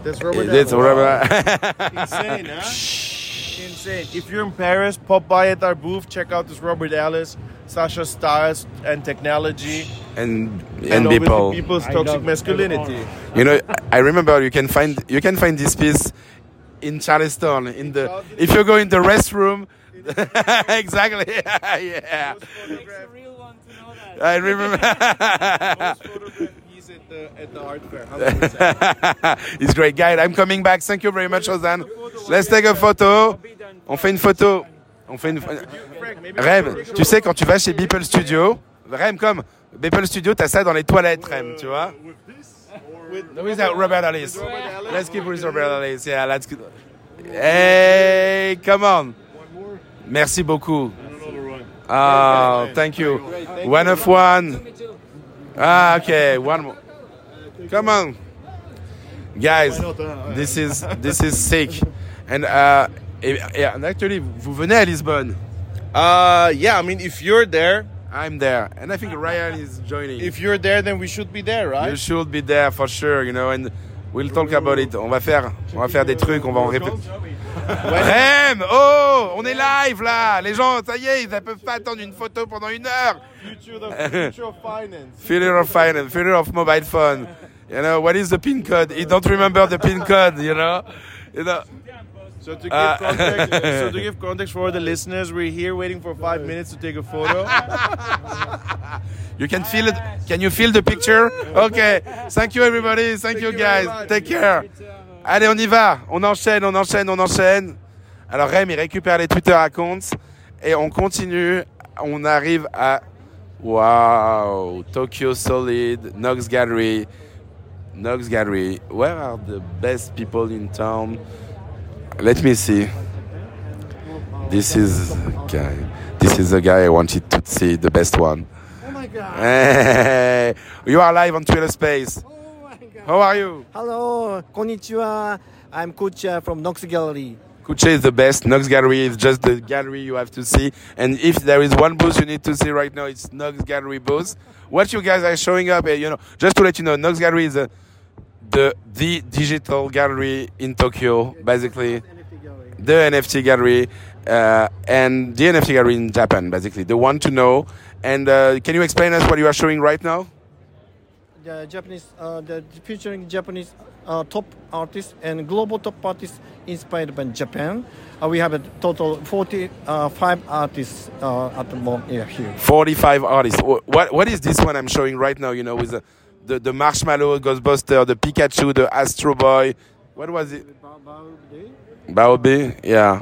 [SPEAKER 17] That's
[SPEAKER 1] Robert That's Allen. Robert-
[SPEAKER 17] Insane, huh? Insane. If you're in Paris, pop by at our booth. Check out this Robert Ellis, Sasha Styles, and technology.
[SPEAKER 1] And
[SPEAKER 17] and
[SPEAKER 1] and
[SPEAKER 17] obviously
[SPEAKER 1] people.
[SPEAKER 17] people's toxic masculinity.
[SPEAKER 1] You know, I remember you can find you can find this piece in Charleston in the if you go in the restroom. exactly. yeah. I remember.
[SPEAKER 17] He's at the, at the art fair.
[SPEAKER 1] He's a great guy. I'm coming back. Thank you very much, Ozan. Let's take a photo. On fait une photo. On fait une. Rem, tu sais quand tu vas chez Beeple Studio, Rem comme Beeple Studio, t'as ça dans les toilettes, Rem, tu vois. With that Robert Alice. Let's keep with Robert Alice. Yeah, let's. keep- Hey, come on. Merci beaucoup. Ah, thank you. One of one. Ah, okay. One more. Come on, guys.
[SPEAKER 12] hein?
[SPEAKER 1] This is this is sick. And uh, eh, eh, and actually, vous venez à Lisbonne.
[SPEAKER 12] Uh, yeah. I mean, if you're there,
[SPEAKER 1] I'm there, and I think Ryan is joining.
[SPEAKER 12] If you're there, then we should be there, right?
[SPEAKER 1] You should be there for sure, you know. And we'll talk about it. On va faire, on va faire des trucs. On va en répéter. Rem, oh, on est live là. Les gens, ça y est, ils ne peuvent pas attendre une photo pendant une heure.
[SPEAKER 17] Future, the future of finance.
[SPEAKER 1] Failure of finance, failure of mobile phone. You know, what is the PIN code? He don't remember the PIN code, you know? You know.
[SPEAKER 17] So to, give
[SPEAKER 1] Uh,
[SPEAKER 17] context, so to give context for the listeners, we're here waiting for five minutes to take a photo.
[SPEAKER 1] You can feel it. Can you feel the picture? Okay. Thank you everybody. Thank you guys. Take care. Allez, on y va. On enchaîne, on enchaîne, on enchaîne. Alors Rem, il récupère les Twitter accounts et on continue. On arrive à Wow, Tokyo Solid, Knox Gallery, Knox Gallery. Where are the best people in town? Let me see. This is guy. This is the guy I wanted to see, the best one.
[SPEAKER 24] Oh my God.
[SPEAKER 1] Hey, you are live on Twitter Space. How are you?
[SPEAKER 24] Hello, konnichiwa. I'm Kucha from Knox Gallery.
[SPEAKER 1] Kuche is the best. Knox Gallery is just the gallery you have to see. And if there is one booth you need to see right now, it's Knox Gallery booth. What you guys are showing up, eh, you know, just to let you know, Knox Gallery is a, the the digital gallery in Tokyo, basically. The NFT gallery uh, and the NFT gallery in Japan, basically the one to know. And uh, can you explain us what you are showing right now?
[SPEAKER 24] The Japanese, uh, the featuring Japanese uh, top artists and global top artists inspired by Japan. Uh, we have a total 45 artists uh, at the moment yeah, here.
[SPEAKER 1] 45 artists. Wh- What, what is this one I'm showing right now, you know, with the, the, the Marshmallow, Ghostbuster, the Pikachu, the Astro Boy? What was it? Baobé? Yeah.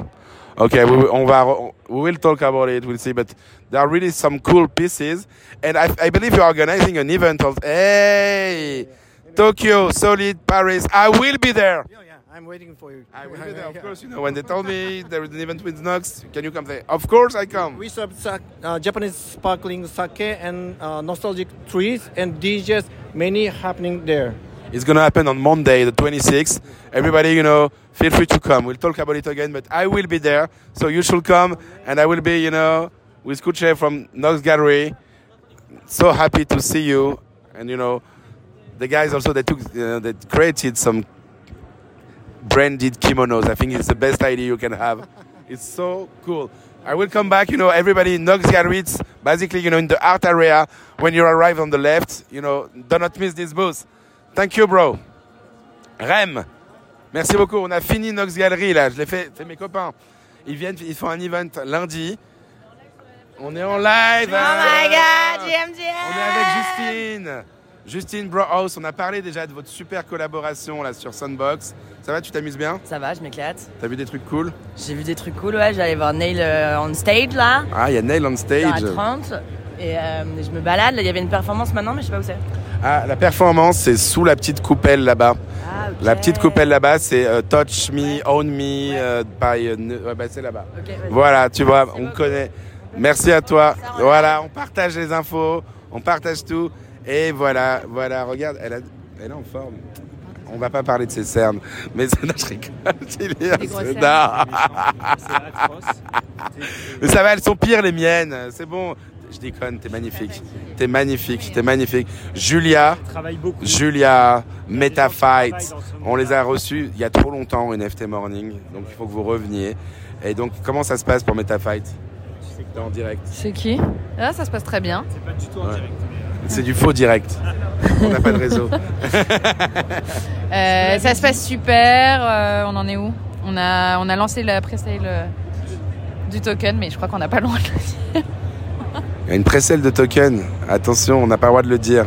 [SPEAKER 1] Okay, we, will- on va, we will talk about it, we'll see, but there are really some cool pieces. And I, I believe you're organizing an event of, hey, Tokyo, Solid, Paris. I will be there.
[SPEAKER 24] I'm waiting for you. I
[SPEAKER 1] will be there, of course, you know, when they told me there is an event with Knox, can you come there? Of course I come.
[SPEAKER 24] We serve sa- uh, Japanese sparkling sake and uh, nostalgic trees and DJs, many happening there.
[SPEAKER 1] It's gonna happen on Monday, the 26th. Everybody, you know, feel free to come. We'll talk about it again, but I will be there, so you should come, and I will be, you know, with Kuche from Knox Gallery. So happy to see you, and you know, the guys also they took, you know, they created some branded kimonos. I think it's the best idea you can have. It's so cool. I will come back, you know, everybody in Knox Gallery, it's basically, you know, in the art area, when you arrive on the left, you know, do not miss this booth. Thank you, bro. Rem, merci beaucoup. On a fini Knox Gallery, là. Je l'ai fait, c'est mes copains. Ils viennent, ils font un event lundi. On est en live.
[SPEAKER 14] Oh my God, GMGM.
[SPEAKER 1] On est avec Justine. Justine Brohouse, on a parlé déjà de votre super collaboration là sur Sunbox. Ça va, tu t'amuses bien
[SPEAKER 13] Ça va, je m'éclate.
[SPEAKER 1] T'as vu des trucs cool
[SPEAKER 13] J'ai vu des trucs cool, ouais. J'allais voir Neil euh, on stage là,
[SPEAKER 1] Ah, il y a Nail on
[SPEAKER 13] à
[SPEAKER 1] stage.
[SPEAKER 13] 30. Et euh, je me balade. Là, Il y avait une performance maintenant, mais je sais pas où c'est.
[SPEAKER 1] Ah, la performance, c'est sous la petite coupelle là-bas.
[SPEAKER 13] Ah,
[SPEAKER 1] La petite coupelle là-bas, c'est euh, Touch Me, Own Me, euh, by, euh, Ne- ouais, bah, c'est là-bas. Voilà, tu vois, on connaît. Merci à toi. Voilà, on partage les infos, on partage tout. Et voilà, voilà, regarde, elle, a- elle est en forme. On va pas parler de ses cernes, mais non, je rigole. il est
[SPEAKER 13] Des
[SPEAKER 1] un
[SPEAKER 13] grosses
[SPEAKER 1] soda.
[SPEAKER 13] cernes.
[SPEAKER 1] Mais ça va, elles sont pires les miennes. C'est bon. Je déconne, t'es magnifique. T'es magnifique, t'es magnifique. Julia, Julia, MetaFight, on les a reçus il y a trop longtemps au NFT Morning, donc il faut que vous reveniez. Et donc, comment ça se passe pour MetaFight T'es en direct.
[SPEAKER 18] C'est qui Ah, ça se passe très bien.
[SPEAKER 1] Ouais. C'est du faux direct. On n'a pas de réseau.
[SPEAKER 18] Euh, ça se passe super. euh, on en est où on a, on a lancé la presale euh, du token, mais je crois qu'on n'a pas le droit de le dire.
[SPEAKER 1] Il y a une précelle de token. Attention, on n'a pas le droit de le dire.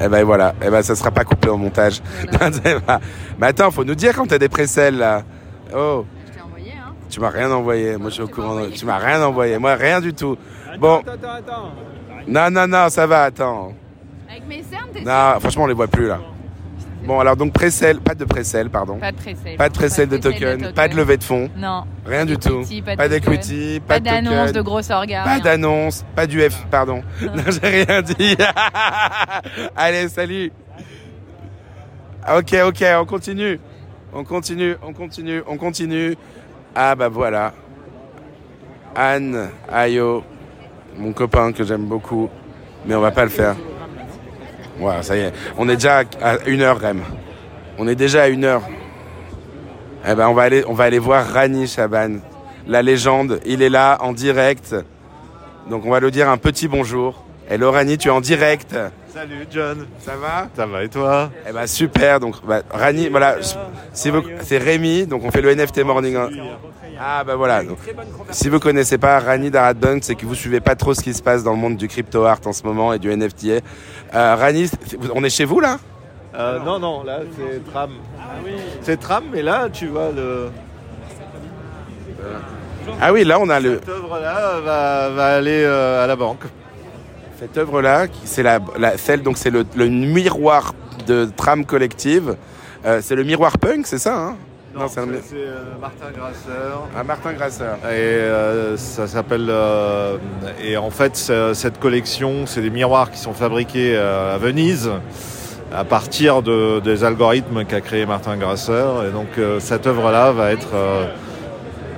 [SPEAKER 1] Eh ben voilà, eh ben ça sera pas coupé au montage. Non, c'est pas- Mais attends, faut nous dire quand t'as des précelles là. Oh. Je t'ai envoyé, hein. Tu m'as rien envoyé. Moi, je suis au courant. de- Tu m'as rien envoyé. Moi, rien du tout. Bon.
[SPEAKER 23] Attends, attends.
[SPEAKER 1] Non, non, non, ça va, attends.
[SPEAKER 18] Avec mes cernes, t'es
[SPEAKER 1] Non, franchement, on les voit plus, là. Bon, alors, donc, Pressel, pas de Pressel, pardon.
[SPEAKER 18] Pas de pressel.
[SPEAKER 1] Pas de Pressel de
[SPEAKER 18] Pressel
[SPEAKER 1] token, pas de levée de fonds.
[SPEAKER 18] Non.
[SPEAKER 1] Rien du tout.
[SPEAKER 18] Equity,
[SPEAKER 1] Pas
[SPEAKER 18] token.
[SPEAKER 1] d'equity,
[SPEAKER 18] Pas
[SPEAKER 1] pas de
[SPEAKER 18] d'annonce
[SPEAKER 1] token.
[SPEAKER 18] de gros orgas.
[SPEAKER 1] Pas d'annonce, pas du F, pardon. Non, j'ai rien dit. Allez, salut. Ok, ok, on continue. On continue, on continue, on continue. Ah bah voilà. Anne, Ayo, mon copain que j'aime beaucoup. Mais on va pas le faire. Voilà, ça y est. On est déjà à à une heure, Rem. On est déjà à une heure. Eh ben, on va aller, on va aller voir Rani Chaban, la légende. Il est là en direct. Donc, on va lui dire un petit bonjour. Hello Rani, tu es en direct.
[SPEAKER 29] Salut John.
[SPEAKER 1] Ça va
[SPEAKER 29] Ça va et toi
[SPEAKER 1] Eh ben, super. Donc, bah, Rani, voilà, je- si vous- c'est Rémi. Donc, on fait le NFT Morning. Ah bah voilà. Donc, si vous connaissez pas Rani Daradbunk, c'est que vous suivez pas trop ce qui se passe dans le monde du crypto art en ce moment et du NFT. Euh, Rani, c'est- on est chez vous là
[SPEAKER 29] Euh, Non, non, là c'est tram. C'est tram, mais là tu vois le.
[SPEAKER 1] Ah oui, là on a le.
[SPEAKER 29] Euh, Cette œuvre là va, va aller euh, à la banque.
[SPEAKER 1] Cette œuvre là, c'est la, la- celle donc c'est le, le miroir de trame collective. Euh, c'est le miroir punk, c'est ça hein
[SPEAKER 29] Non,
[SPEAKER 1] c'est un mi-
[SPEAKER 29] C'est euh, Martin Grasser.
[SPEAKER 1] Ah, Martin Grasseur.
[SPEAKER 29] Et euh, ça s'appelle. euh, et en fait, ce- cette collection, c'est des miroirs qui sont fabriqués euh, à Venise à partir de- des algorithmes qu'a créé Martin Grasser. Et donc, euh, cette œuvre-là va être euh,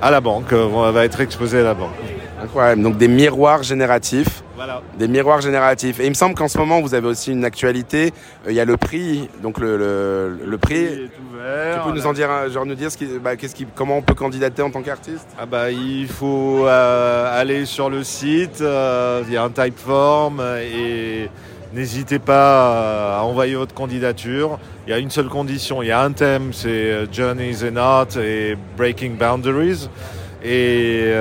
[SPEAKER 29] à la banque, euh, va être exposée à la banque.
[SPEAKER 1] Incroyable. Donc des miroirs génératifs.
[SPEAKER 29] Voilà.
[SPEAKER 1] Des miroirs génératifs. Et il me semble qu'en ce moment vous avez aussi une actualité. Euh, Il y a le prix, donc le le, le prix. Tu peux nous en dire, un- genre nous dire ce qui, bah, qu'est-ce qui, comment on peut candidater en tant qu'artiste
[SPEAKER 29] Ah bah, il faut euh, aller sur le site, euh, il y a un type form et n'hésitez pas euh, à envoyer votre candidature. Il y a une seule condition, il y a un thème, c'est euh, Journeys and Art et Breaking Boundaries. Et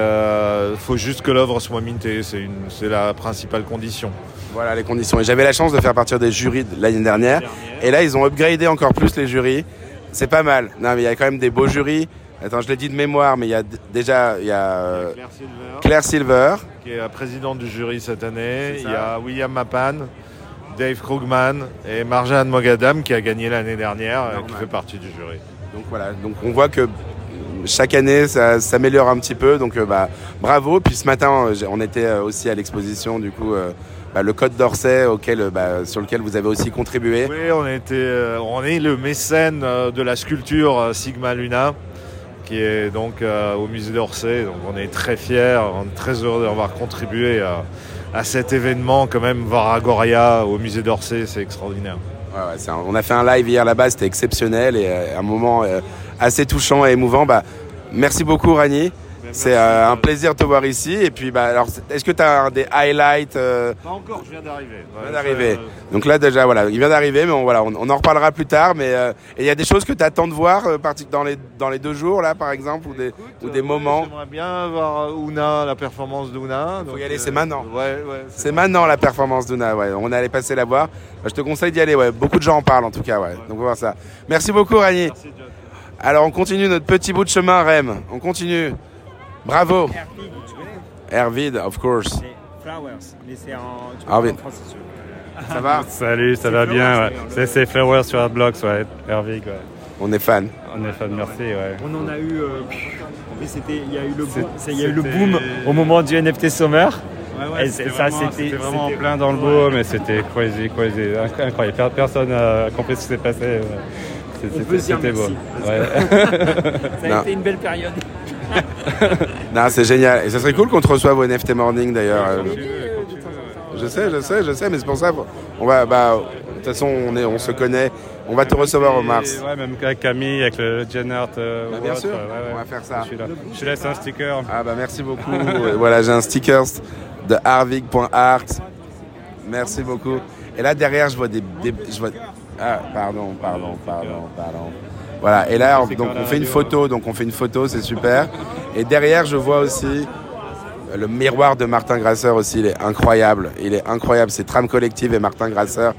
[SPEAKER 29] il faut juste que l'œuvre soit mintée, c'est une- c'est la principale condition.
[SPEAKER 1] Voilà les conditions. Et j'avais la chance de faire partir des jurys de l'année dernière. Et là, ils ont upgradé encore plus les jurys. C'est pas mal. Non, mais il y a quand même des beaux jurys. Attends, je l'ai dit de mémoire, mais il y a d- déjà il y a, euh,
[SPEAKER 29] Claire Silver.
[SPEAKER 1] Claire Silver.
[SPEAKER 29] qui est président du jury cette année.
[SPEAKER 1] C'est ça.
[SPEAKER 29] Il y a William Mapan, Dave Krugman et Marjan Mogadam qui a gagné l'année dernière, euh, qui fait partie du jury.
[SPEAKER 1] Donc voilà, donc on voit que chaque année ça s'améliore un petit peu. Donc euh, bah, bravo. Puis ce matin, euh, j'ai- on était euh, aussi à l'exposition du coup. euh, bah, le code d'Orsay auquel, euh, bah, sur lequel vous avez aussi contribué.
[SPEAKER 29] Oui, on, était, euh, on est le mécène euh, de la sculpture euh, Sigma Luna, qui est donc euh, au musée d'Orsay. Donc on est très fiers, on est très heureux d'avoir contribué à, à cet événement. Quand même, voir Agoria au musée d'Orsay, c'est extraordinaire.
[SPEAKER 1] Ouais, ouais, c'est un- on a fait un live hier là-bas, c'était exceptionnel et euh, un moment euh, assez touchant et émouvant. Bah, merci beaucoup Rani.
[SPEAKER 29] Bah,
[SPEAKER 1] C'est euh, un plaisir de te voir ici. Et puis, bah, alors, c'est- est-ce que tu as des highlights euh,
[SPEAKER 29] Pas encore, je viens d'arriver. euh,
[SPEAKER 1] qui viennent d'arriver Donc là, déjà, voilà, il vient d'arriver, mais on, voilà, on, on en reparlera plus tard. Mais euh, et il y a des choses que tu attends de voir euh, parti- dans, les, dans les deux jours, là, par exemple, ou des, ou des moments.
[SPEAKER 29] euh, J'aimerais bien voir euh, Ouna, la performance d'Ouna.
[SPEAKER 1] Faut y aller, c'est maintenant.
[SPEAKER 29] euh, Ouais, ouais.
[SPEAKER 1] C'est maintenant la performance d'Una, ouais. On allait passer la voir. Bah, Je te conseille d'y aller, ouais. Beaucoup de gens en parlent en tout cas, ouais. Donc on va voir ça. Merci beaucoup, Rani. Alors on continue notre petit bout de chemin, Rem. On continue. Bravo. Air vide, of course.
[SPEAKER 15] Flowers, mais c'est en, tu peux
[SPEAKER 1] Ah
[SPEAKER 15] le
[SPEAKER 1] oui.
[SPEAKER 15] dire en français, si tu veux.
[SPEAKER 1] Ça va
[SPEAKER 15] Salut, ça
[SPEAKER 1] C'est
[SPEAKER 15] va
[SPEAKER 1] Flowers,
[SPEAKER 15] bien. ouais.
[SPEAKER 1] d'ailleurs, le-
[SPEAKER 15] C'est- C'est Flowers sur Adblocks, ouais. Hervig, ouais.
[SPEAKER 1] On est fan.
[SPEAKER 15] On est fan, merci, ouais. On en a eu. euh, mais c'était, il y a eu le boom, C'est- il y a eu le c'était- boom au moment du NFT Summer. Ouais, ouais, Et c'était c'est- ça, vraiment- c'était c'était vraiment c'était- plein dans le beau, mais c'était crazy, crazy, inc- incroyable. Per- Personne n'a compris ce qui s'est passé. ouais. C'est- On C'était peut se dire c'était beau. merci, parce Ouais. que- Ça a été une belle période.
[SPEAKER 1] Non, c'est génial. Et ça serait cool qu'on te reçoive au NFT Morning d'ailleurs. Euh, Je sais, je sais, je sais, mais c'est pour ça. On va, bah, de toute façon, on, est, on se connaît. On va te recevoir en mars.
[SPEAKER 15] Et Ouais, même avec Camille, avec le Gen Art. euh,
[SPEAKER 1] Bah,
[SPEAKER 15] ou
[SPEAKER 1] bien
[SPEAKER 15] autre,
[SPEAKER 1] sûr,
[SPEAKER 15] ouais, ouais.
[SPEAKER 1] on va faire ça.
[SPEAKER 15] Je, suis là. Je te laisse un sticker.
[SPEAKER 1] Ah bah merci beaucoup. Euh, voilà, j'ai un stickers de harvig.art. Merci beaucoup. Et là derrière, je vois des, des- je vois- ah pardon, pardon, pardon, pardon. Voilà. Et là, on- donc on fait une photo, donc on fait une photo, c'est super. Et derrière, je vois aussi le miroir de Martin Grasser aussi. Il est incroyable. Il est incroyable. C'est Trame Collective et Martin Grasser.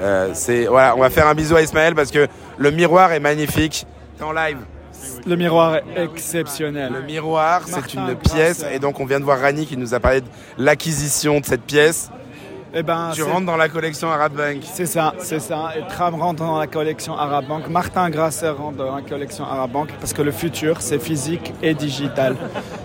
[SPEAKER 1] Euh, c'est voilà, on va faire un bisou à Ismaël parce que le miroir est magnifique. T'es en live.
[SPEAKER 9] Le miroir est exceptionnel.
[SPEAKER 1] Le miroir, c'est une pièce. Et donc, on vient de voir Rani qui nous a parlé de l'acquisition de cette pièce.
[SPEAKER 9] Eh ben,
[SPEAKER 1] tu
[SPEAKER 9] c'est-
[SPEAKER 1] rentres dans la collection Arab Bank.
[SPEAKER 9] C'est ça, c'est ça. Et Tram rentre dans la collection Arab Bank. Martin Grasser rentre dans la collection Arab Bank parce que le futur, c'est physique et digital.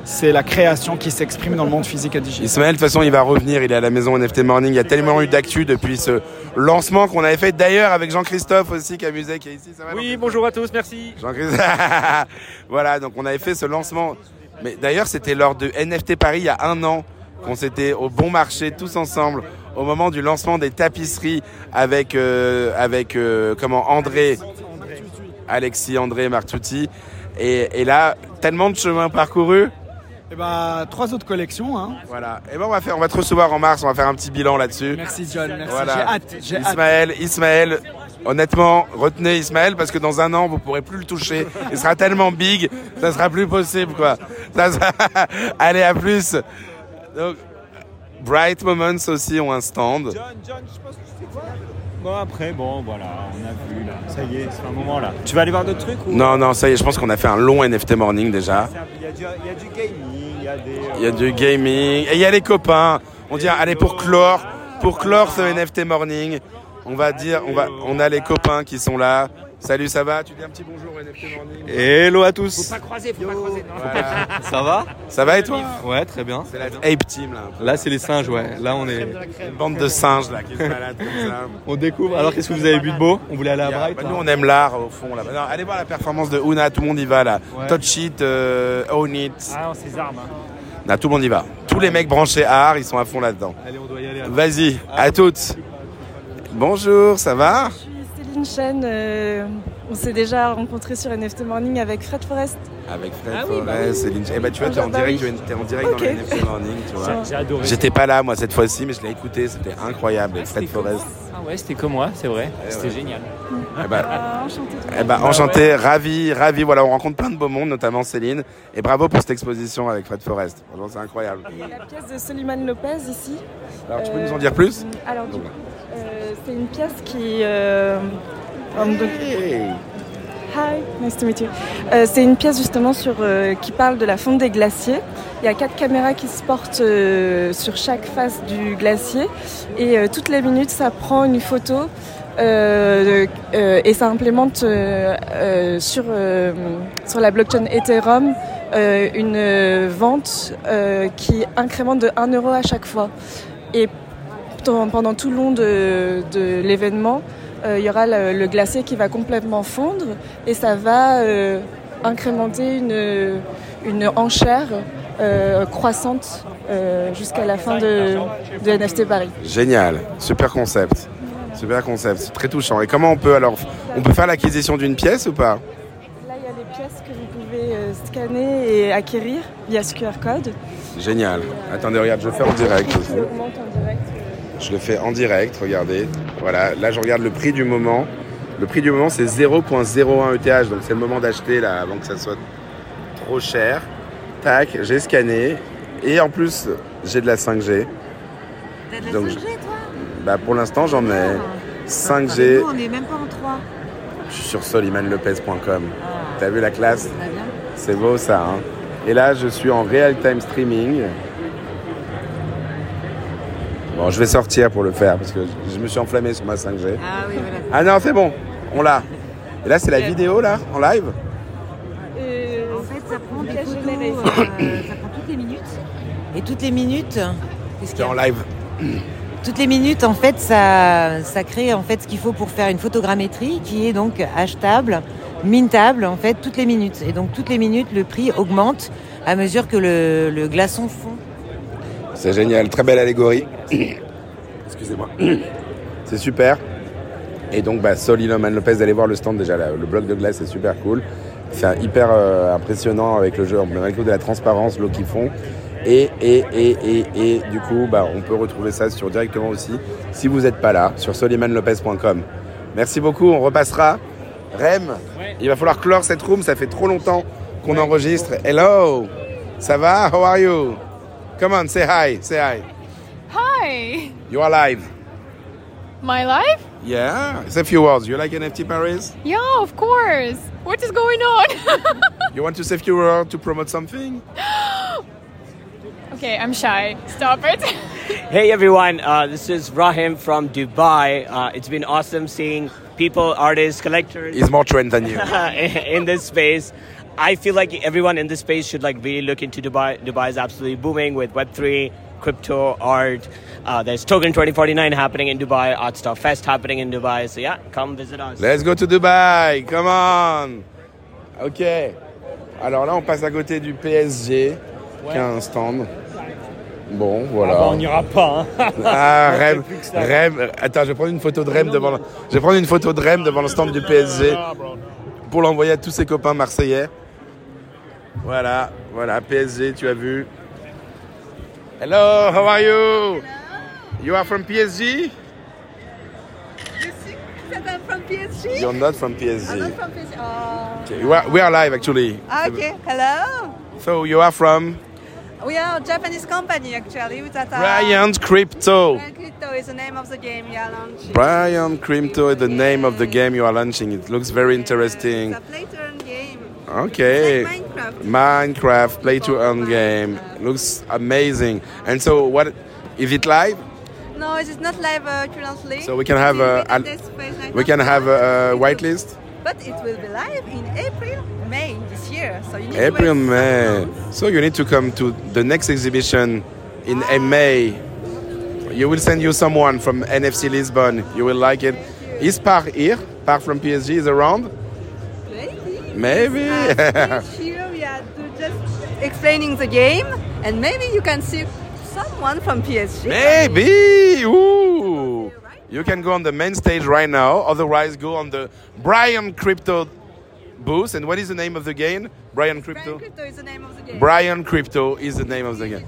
[SPEAKER 9] C'est la création qui s'exprime dans le monde physique et digital.
[SPEAKER 1] Ismaël, de toute façon, il va revenir. Il est à la maison NFT Morning. Il y a tellement eu d'actu depuis ce lancement qu'on avait fait d'ailleurs avec Jean-Christophe aussi, qui amusait, qui est ici. Ça va,
[SPEAKER 10] Oui, bonjour à tous, merci.
[SPEAKER 1] Jean-Christophe Voilà, donc on avait fait ce lancement. Mais d'ailleurs, c'était lors de NFT Paris il y a un an qu'on s'était au bon marché tous ensemble au moment du lancement des tapisseries avec, euh, avec euh, comment, André. Alexis, André, Martucci. Et, et là, tellement de chemin parcouru.
[SPEAKER 9] Et ben, trois autres collections. Hein.
[SPEAKER 1] Voilà. Et ben on va faire, on va te recevoir en mars, on va faire un petit bilan là-dessus.
[SPEAKER 9] Merci John, merci.
[SPEAKER 1] Voilà.
[SPEAKER 9] J'ai hâte, j'ai hâte.
[SPEAKER 1] Ismaël, Ismaël, honnêtement, retenez Ismaël parce que dans un an vous pourrez plus le toucher. Il sera tellement big, ça sera plus possible quoi. Ça sera- Allez à plus. Donc, Bright Moments aussi ont un stand.
[SPEAKER 19] Bon, après, bon, voilà, on a vu là. Ça y est, c'est un moment là. Tu vas aller voir d'autres trucs ou...
[SPEAKER 1] Non non, ça y est, je pense qu'on a fait un long NFT morning déjà.
[SPEAKER 19] Il y, a du- il y a du gaming, il y a des. euh,
[SPEAKER 1] Il y a du gaming et il y a les copains. On dit allez pour clore, pour clore ce NFT morning, on va dire on va on a les copains qui sont là. Salut, ça va Tu dis un petit bonjour au NFT morning.
[SPEAKER 19] Hello à
[SPEAKER 1] tous.
[SPEAKER 19] Faut pas croiser, faut pas croiser.
[SPEAKER 20] Ça va
[SPEAKER 1] Ça va et toi
[SPEAKER 20] Ouais, très bien.
[SPEAKER 1] C'est la ape team là.
[SPEAKER 20] Là, c'est les singes, ouais. Là, on est.
[SPEAKER 1] Une bande de singes là qui se baladent comme ça.
[SPEAKER 20] on découvre. Alors, qu'est-ce que vous avez bu de beau On voulait aller à Bright hein.
[SPEAKER 19] hein.
[SPEAKER 1] Bah, nous on aime l'art au fond là. Bah, non, allez voir la performance de Una, tout le monde y va là.
[SPEAKER 20] Ouais.
[SPEAKER 1] Touch it, euh, own it.
[SPEAKER 19] Ah, on ses armes.
[SPEAKER 1] Là, tout le monde y va. Tous les mecs branchés art, ils sont à fond là-dedans.
[SPEAKER 19] Allez, on doit y aller. alors.
[SPEAKER 1] Vas-y, à toutes. Bonjour, ça va
[SPEAKER 21] Céline Chen, euh, on s'est déjà rencontré sur NFT Morning avec Fred Forest.
[SPEAKER 1] Avec Fred
[SPEAKER 21] Ah oui, bah
[SPEAKER 1] Forest,
[SPEAKER 21] oui.
[SPEAKER 1] Céline. Eh ben, tu vois, t'es en
[SPEAKER 21] Bah
[SPEAKER 1] direct,
[SPEAKER 21] oui.
[SPEAKER 1] du- t'es en direct
[SPEAKER 21] Ok.
[SPEAKER 1] dans le NFT Morning, tu vois.
[SPEAKER 21] J'ai- j'ai adoré.
[SPEAKER 1] J'étais pas là, moi, cette fois-ci, mais je l'ai écouté, c'était incroyable. Et Fred Forest.
[SPEAKER 19] Ah ouais, c'était comme moi, c'est vrai. C'était génial.
[SPEAKER 1] Eh ben, eh
[SPEAKER 19] Bah
[SPEAKER 1] ben, enchanté, ravi, ravi. Voilà, on rencontre plein de beaux mondes, notamment Céline. Et bravo pour cette exposition avec Fred Forest. Franchement, c'est incroyable.
[SPEAKER 21] La pièce de Soliman Lopez ici. Euh,
[SPEAKER 1] Alors, tu peux nous en dire plus bah.
[SPEAKER 21] Alors, du coup, euh, c'est une pièce qui. euh, um, donc- Hi, nice to meet you. Euh, c'est une pièce justement sur, euh, qui parle de la fonte des glaciers. Il y a quatre caméras qui se portent euh, sur chaque face du glacier et euh, toutes les minutes ça prend une photo euh, euh, et ça implémente euh, euh, sur, euh, sur la blockchain Ethereum euh, une euh, vente euh, qui incrémente de 1 euro à chaque fois. Et pendant, pendant tout le long de, de l'événement, euh, il y aura le, le glacier qui va complètement fondre et ça va euh, incrémenter une, une enchère euh, croissante euh, jusqu'à la fin de, de NFT Paris.
[SPEAKER 1] Génial, super concept. Super concept, c'est très touchant. Et comment on peut alors On peut faire l'acquisition d'une pièce ou pas
[SPEAKER 21] Là, il y a des pièces que vous pouvez euh, scanner et acquérir via ce QR code.
[SPEAKER 1] Génial. Attendez, regarde, je le fais en direct. aussi. Je le fais en direct, regardez. Voilà, là je regarde le prix du moment. Le prix du moment c'est 0.01 ETH, E donc c'est le moment d'acheter là avant que ça soit trop cher. Tac, j'ai scanné. Et en plus, j'ai de la 5G.
[SPEAKER 30] T'as de la
[SPEAKER 1] Donc,
[SPEAKER 30] 5G, toi Ah,
[SPEAKER 1] Bah pour l'instant j'en ai
[SPEAKER 30] Mais
[SPEAKER 1] 5G.
[SPEAKER 30] nous, on n'est même pas en 3.
[SPEAKER 1] Je suis sur solimanlopez.com.
[SPEAKER 30] Ah.
[SPEAKER 1] T'as vu la classe C'est beau ça. hein. Et là, je suis en real-time streaming. Bon, je vais sortir pour le faire parce que je me suis enflammé sur ma 5G.
[SPEAKER 30] Ah oui, voilà.
[SPEAKER 1] Ah non, c'est bon, on l'a. Et là, c'est la vidéo là, en live.
[SPEAKER 30] Euh, En fait, ça prend des photos, euh, ça prend toutes les minutes. Et toutes les minutes, qu'est-ce qu'il y
[SPEAKER 1] C'est
[SPEAKER 30] a
[SPEAKER 1] en live.
[SPEAKER 30] Toutes les minutes, en fait, ça, ça crée en fait ce qu'il faut pour faire une photogrammétrie qui est donc achetable, mintable, en fait, toutes les minutes. Et donc, toutes les minutes, le prix augmente à mesure que le, le glaçon fond.
[SPEAKER 1] C'est génial, très belle allégorie. Excusez-moi. C'est super. Et donc, bah, Sol Iloman Lopez, allez voir le stand déjà. là. Le bloc de glace est super cool. C'est un- hyper euh, impressionnant avec le jeu, malgré tout de la transparence, l'eau qu'ils font. Et, et, et, et, et du coup, bah, on peut retrouver ça sur, directement aussi, si vous n'êtes pas là, sur solimanlopez.com. Merci beaucoup, on repassera. Rem, il va falloir clore cette room, ça fait trop longtemps qu'on enregistre. Hello, ça va? How are you? Come on, say hi, say hi.
[SPEAKER 31] Hi.
[SPEAKER 1] You are live.
[SPEAKER 10] My life?
[SPEAKER 1] Yeah, it's a few words. You like NFT Paris?
[SPEAKER 10] Yeah, of course. What is going on?
[SPEAKER 1] You want to say a few words to promote something?
[SPEAKER 10] okay, I'm shy. Stop it.
[SPEAKER 32] Hey everyone, uh, this is Rahim from Dubai. Uh, it's been awesome seeing people, artists, collectors.
[SPEAKER 1] He's more trend than you.
[SPEAKER 32] in this space. I feel like everyone in this space should like really look into Dubai. Dubai is absolutely booming with Web3, crypto, art. Uh, there's Token 2049 happening in Dubai, Art Star Fest happening in Dubai. So yeah, come visit us.
[SPEAKER 1] Let's go to Dubai. Come on. Ok. Alors là, on passe à côté du PSG, qui a un stand. Bon, voilà.
[SPEAKER 19] Ah bah, on n'ira pas. hein.
[SPEAKER 1] Ah,
[SPEAKER 19] On fait
[SPEAKER 1] Rem,
[SPEAKER 19] plus que ça.
[SPEAKER 1] Rem, attends, je vais prendre une photo de Rem devant, le- je vais prendre une photo de Rem devant le stand du PSG
[SPEAKER 19] Ah,
[SPEAKER 1] pour l'envoyer à tous ses copains marseillais. Voilà, voilà, PSG, tu as vu. Hello, how are you? You are from PSG?
[SPEAKER 4] I'm from PSG.
[SPEAKER 1] You're not from
[SPEAKER 4] I'm not
[SPEAKER 1] PSG.
[SPEAKER 4] from PSG. Oh.
[SPEAKER 1] Okay, we are, we are live actually.
[SPEAKER 4] Okay, hello.
[SPEAKER 1] So you are from
[SPEAKER 4] We are a Japanese company actually that are.
[SPEAKER 1] Bryant Crypto.
[SPEAKER 4] Brian Crypto is the name of the game we are launching.
[SPEAKER 1] Brian Crypto is the name of the game you are launching. It looks very interesting.
[SPEAKER 4] It's a play to earn game.
[SPEAKER 1] Okay.
[SPEAKER 4] Like Minecraft.
[SPEAKER 1] Minecraft play to earn game. Looks amazing. And so what is it live?
[SPEAKER 4] No, it is not live uh, currently.
[SPEAKER 1] So we can have a,
[SPEAKER 4] It is with this phase
[SPEAKER 1] we
[SPEAKER 4] right
[SPEAKER 1] can
[SPEAKER 4] now.
[SPEAKER 1] have a, a whitelist.
[SPEAKER 4] But it will be live in April, May this year. So you need to
[SPEAKER 1] April
[SPEAKER 4] wait.
[SPEAKER 1] May. So you need to come to the next exhibition in a May. You will send you someone from NFC Lisbon. You will like it. Is Par here? Par from PSG is around? Maybe.
[SPEAKER 4] Uh,
[SPEAKER 1] Maybe.
[SPEAKER 4] Here we are to just explaining the game, and maybe you can see someone from PSG.
[SPEAKER 1] Maybe. Ooh. You can go on the main stage right now. Otherwise, go on the Brian Crypto booth. And what is the name of the game? Brian Crypto.
[SPEAKER 4] Crypto is the name of the game.
[SPEAKER 1] Brian Crypto is the name of the game.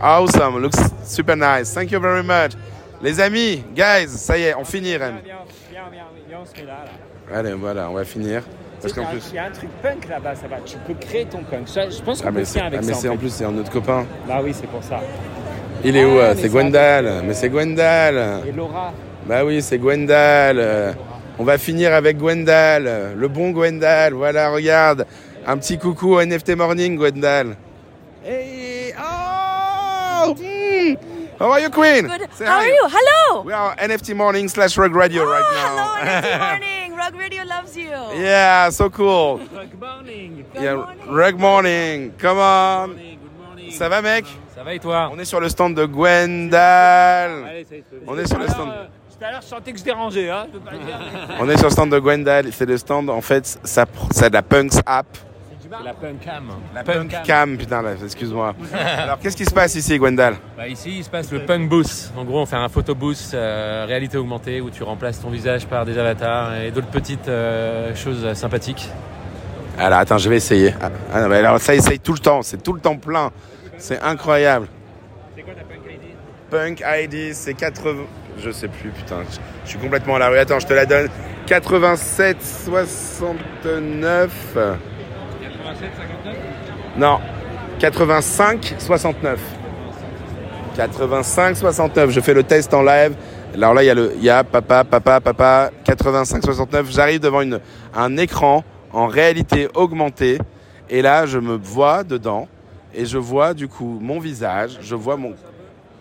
[SPEAKER 1] Awesome. Looks super nice. Thank you very much. Les amis, guys, ça y est, on finit, Rem.
[SPEAKER 19] Viens, viens, viens, on se met là. là.
[SPEAKER 1] Allez, voilà, on va finir. Parce qu'en plus.
[SPEAKER 19] Il y a un truc punk là-bas, ça va. Tu peux créer ton punk. Ça, je pense qu'on
[SPEAKER 1] Ah,
[SPEAKER 19] peut
[SPEAKER 1] mais c'est
[SPEAKER 19] faire avec
[SPEAKER 1] ah, mais
[SPEAKER 19] ça.
[SPEAKER 1] c'est- en plus, c'est un autre copain.
[SPEAKER 19] Bah oui, c'est pour ça.
[SPEAKER 1] Il est où
[SPEAKER 19] Ah,
[SPEAKER 1] euh,
[SPEAKER 19] mais
[SPEAKER 1] C'est
[SPEAKER 19] ça-
[SPEAKER 1] Gwendal. Mais c'est Gwendal.
[SPEAKER 19] Et Laura.
[SPEAKER 1] Bah oui, c'est Gwendal. Euh, On va finir avec Gwendal. Euh, Le bon Gwendal. Voilà, regarde. Un petit coucou au NFT Morning, Gwendal. Hey, oh, mm. How are you, Queen?
[SPEAKER 6] Good.
[SPEAKER 1] Say
[SPEAKER 6] How are
[SPEAKER 1] hi.
[SPEAKER 6] you? Oh, Hello.
[SPEAKER 1] We are NFT Morning slash Rug Radio right now.
[SPEAKER 6] Morning. Rock Radio loves you.
[SPEAKER 1] yeah, so cool.
[SPEAKER 6] Good morning.
[SPEAKER 1] Yeah, Rug Morning. Come on. Ça va, mec Ça va et toi On est sur le stand de Gwendal. On est sur le stand.
[SPEAKER 19] Tout à l'heure, je sentais que je dérangeais. Hein. Je peux pas dire.
[SPEAKER 1] On est sur le stand de Gwendal, c'est le stand, en fait, ça, ça de la Punks app.
[SPEAKER 7] La Punkam.
[SPEAKER 1] La Cam, putain, là, excuse-moi. Alors, qu'est-ce qui se passe ici, Gwendal
[SPEAKER 7] Bah, ici, il se passe le Punk Booth. En gros, on fait un photo booth, euh, réalité augmentée, où tu remplaces ton visage par des avatars et d'autres petites euh, choses sympathiques.
[SPEAKER 1] Alors, attends, je vais essayer. Ah, ah, non, mais alors, ça essaye tout le temps, c'est tout le temps plein. C'est incroyable. Punk ID, c'est 80. Je sais plus, putain, je- je suis complètement à la rue. Attends, je te la donne. 87 69. Non, 85 69. 85 69. Je fais le test en live. Alors là, il y a le, il y a papa, papa, papa. 85 69. J'arrive devant une, un écran en réalité augmentée. Et là, je me vois dedans. Et je vois du coup mon visage. Je vois mon,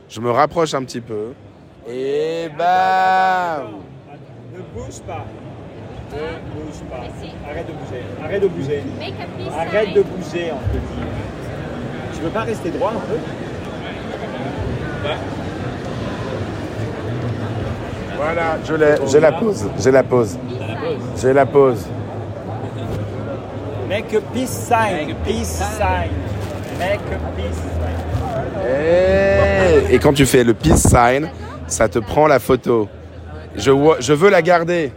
[SPEAKER 1] je me rapproche un petit peu. Et bam
[SPEAKER 19] Ne bouge pas. Ne bouge pas. Arrête de bouger. Arrête de bouger. Arrête de bouger, on te dit. Tu veux pas rester droit un peu
[SPEAKER 1] Voilà, je l'ai, j'ai la pause, j'ai la pause, j'ai la pause.
[SPEAKER 19] Make a peace sign. peace sign. Make a peace sign.
[SPEAKER 1] Eh. Et quand tu fais le peace sign, ça te prend la photo. Je, vois- je veux la garder.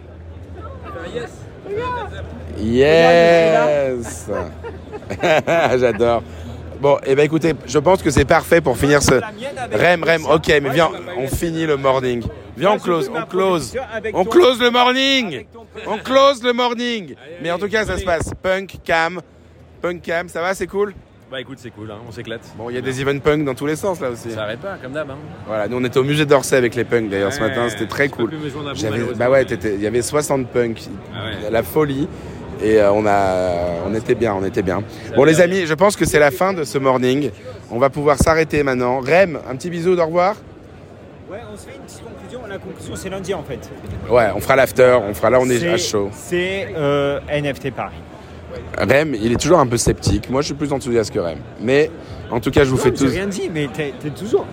[SPEAKER 1] Yes J'adore. Bon, et ben écoutez, je pense que c'est parfait pour finir ce... Rem, Rem, ok, mais viens, on finit le morning. Viens, on close, on close. On close le morning On close le morning Mais en tout cas, ça se passe. Punk, Cam, Punk Cam, ça va, c'est cool
[SPEAKER 3] Bah écoute, c'est cool, hein, on s'éclate.
[SPEAKER 1] Bon, Il y a des event punk dans tous les sens là aussi.
[SPEAKER 3] Ça arrête pas, comme d'hab. hein.
[SPEAKER 1] Voilà, nous on était au musée d'Orsay avec les punks d'ailleurs ce
[SPEAKER 3] Ouais,
[SPEAKER 1] matin, c'était très
[SPEAKER 3] je peux
[SPEAKER 1] cool.
[SPEAKER 3] plus me joindre à vous,
[SPEAKER 1] J'avais-
[SPEAKER 3] malheureusement.
[SPEAKER 1] bah ouais, t'étais- il y avait 60 punks,
[SPEAKER 3] Ah ouais.
[SPEAKER 1] la folie. Et euh, on, a, on était bien, on était bien. Bon les amis, je pense que c'est la fin de ce morning. On va pouvoir s'arrêter maintenant. Rem, un petit bisou, au revoir.
[SPEAKER 15] Ouais, on se fait une petite conclusion. La conclusion, c'est lundi en fait.
[SPEAKER 1] Ouais, on fera l'after, on fera là, on est à chaud.
[SPEAKER 15] C'est euh, NFT Paris.
[SPEAKER 1] Rem, il est toujours un peu sceptique. Moi je suis plus enthousiaste que Rem. Mais en tout cas, je vous
[SPEAKER 15] Non,
[SPEAKER 1] fais
[SPEAKER 15] j'ai
[SPEAKER 1] tous...
[SPEAKER 15] rien dit, mais t'es t'es toujours.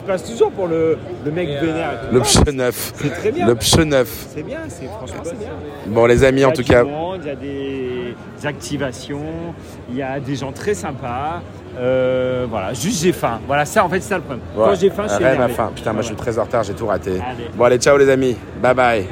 [SPEAKER 15] Je passe toujours pour le, le mec vénère. et
[SPEAKER 19] euh,
[SPEAKER 15] tout.
[SPEAKER 1] Le pche neuf.
[SPEAKER 15] Ah, C'est très bien.
[SPEAKER 1] Le pche neuf.
[SPEAKER 15] C'est bien, c'est franchement c'est bien.
[SPEAKER 1] Bon, les amis,
[SPEAKER 15] Il y a
[SPEAKER 1] en tout
[SPEAKER 15] du
[SPEAKER 1] cas-
[SPEAKER 15] monde, Il y a des activations, il y a des gens très sympas. Euh, voilà, juste j'ai faim. Voilà, ça en fait c'est ça le problème.
[SPEAKER 1] Ouais.
[SPEAKER 15] Quand j'ai faim, je suis
[SPEAKER 1] Rem a
[SPEAKER 15] énervé.
[SPEAKER 1] faim. Putain, moi je suis très en retard, j'ai tout raté.
[SPEAKER 15] Allez.
[SPEAKER 1] Bon allez, ciao les amis. Bye bye.